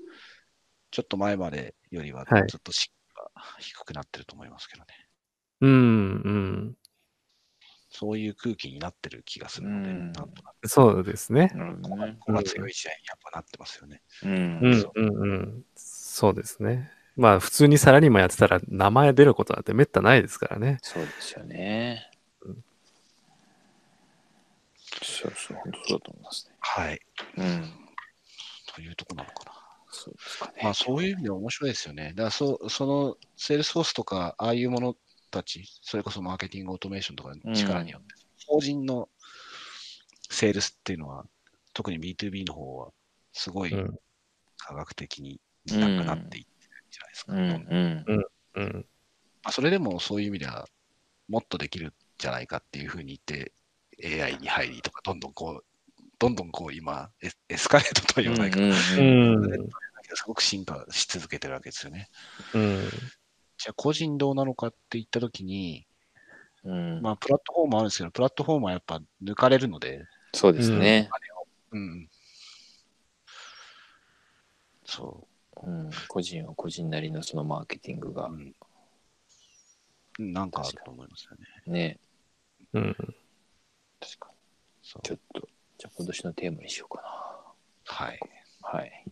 Speaker 1: ちょっと前までよりは
Speaker 2: はい
Speaker 1: ずっと士気が低くなってると思いますけどね。
Speaker 2: え。うん、うん。
Speaker 1: そういう空気になってる気がするので、
Speaker 3: うん
Speaker 1: なんとなく
Speaker 2: そうですね。
Speaker 3: なるほどね
Speaker 1: ここが強い時代にやっぱなってますよね。
Speaker 3: う。
Speaker 2: うんん、うん、うん。そうですね。まあ、普通にサラリーマンやってたら名前出ることなんてめったないですからね。
Speaker 3: そうですよね
Speaker 2: う。
Speaker 3: そうそう、本当そうだと思いますね。
Speaker 1: はい。
Speaker 3: うん。
Speaker 1: というとこなのかな。
Speaker 3: そうですかね。
Speaker 1: まあそういう意味では面白いですよね。だからそそのセールスフォースとか、ああいうものたち、それこそマーケティングオートメーションとかの力によって、法人のセールスっていうのは、特に B2B の方は、すごい
Speaker 2: うん
Speaker 1: 科学的になくなっていってるんじゃないですか。
Speaker 3: うんうん。
Speaker 2: うん、
Speaker 1: まあ、それでもそういう意味では、もっとできるんじゃないかっていうふうに言って、AI に入りとか、どんどんこう、どんどんこう今、エスエスカレートとは言わないか、
Speaker 3: うん
Speaker 2: う
Speaker 3: うん
Speaker 2: ん、
Speaker 1: すごく進化し続けてるわけですよね。
Speaker 2: うん、
Speaker 1: じゃあ個人どうなのかって言ったときに、
Speaker 3: うん
Speaker 1: まあプラットフォームはあるんですけど、プラットフォームはやっぱ抜かれるので、
Speaker 3: そうですね。
Speaker 1: うん。そ
Speaker 3: うん個人は個人なりのそのマーケティング
Speaker 1: う。
Speaker 3: が
Speaker 1: うんうんなんかあると思いますよね。
Speaker 3: ね。
Speaker 2: うん。
Speaker 3: 確かに。
Speaker 1: そう
Speaker 3: ちょっと、じゃあ今年のテーマにしようかな。
Speaker 1: はい。
Speaker 3: はい。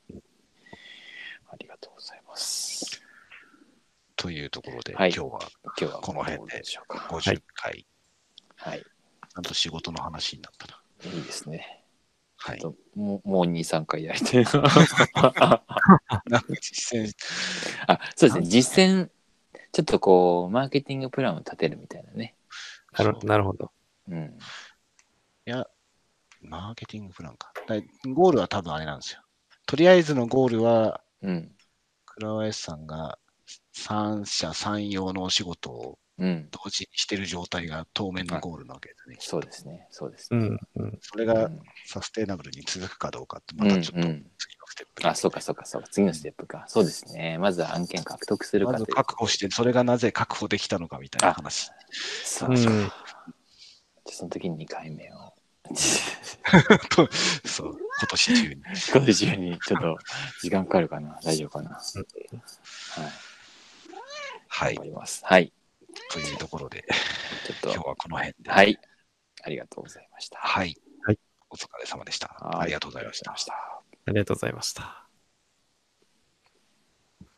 Speaker 3: ありがとうございます。ざいます。
Speaker 1: というところで、
Speaker 3: はい
Speaker 1: 今日は
Speaker 3: 今日は
Speaker 1: この辺で
Speaker 3: どうしょうか。
Speaker 1: 50回、
Speaker 3: はい。
Speaker 1: あと仕事の話になったな。
Speaker 3: いいですね。
Speaker 1: はい。 *laughs*
Speaker 3: ともうもう2、3回やりたい。
Speaker 1: なんか実践、
Speaker 3: あ、そうですね。実践、ちょっとこう、マーケティングプランを立てるみたいなね。
Speaker 2: なる
Speaker 1: そう
Speaker 2: なるほど。
Speaker 3: うん。
Speaker 1: マーケティングプランか。だゴールは多分あれなんですよ。とりあえずのゴールは、
Speaker 3: うん。
Speaker 1: 倉林さんが三者三様のお仕事を
Speaker 3: うん。
Speaker 1: 同時にしてる状態が当面のゴールなわけですね。
Speaker 3: そうですね。そうです
Speaker 2: う
Speaker 3: ね。
Speaker 2: ん、うん。
Speaker 1: それ
Speaker 3: う
Speaker 1: が
Speaker 3: ん
Speaker 1: サステイナブルに続くかどうかって、またちょっと次
Speaker 3: うんう
Speaker 1: の
Speaker 3: ん
Speaker 1: ステップで
Speaker 3: あ、そうか、そうか、そうか。次のステップか。そうですね。まずは案件獲得するか
Speaker 1: ま
Speaker 3: とい
Speaker 1: ず
Speaker 3: う。
Speaker 1: 確保して、それがなぜ確保できたのかみたいな話。
Speaker 3: そううかそうか
Speaker 2: ん、
Speaker 3: じゃあその時に2回目を。 *laughs*
Speaker 1: とそう、今年中に。
Speaker 3: 今年中にちょっと時間かかるかな。大丈夫かな。はい。
Speaker 1: は
Speaker 3: 終
Speaker 1: い
Speaker 3: わ。ります。はい。
Speaker 1: というところで、
Speaker 3: ちょ
Speaker 1: 今
Speaker 3: っ
Speaker 1: 日
Speaker 3: と、
Speaker 1: はこの辺で。
Speaker 3: はい。ありがとうございました。
Speaker 1: はい。
Speaker 2: はい
Speaker 1: お疲れ様でした。
Speaker 3: はい
Speaker 1: ありがとうございました。
Speaker 2: ありがとうございました。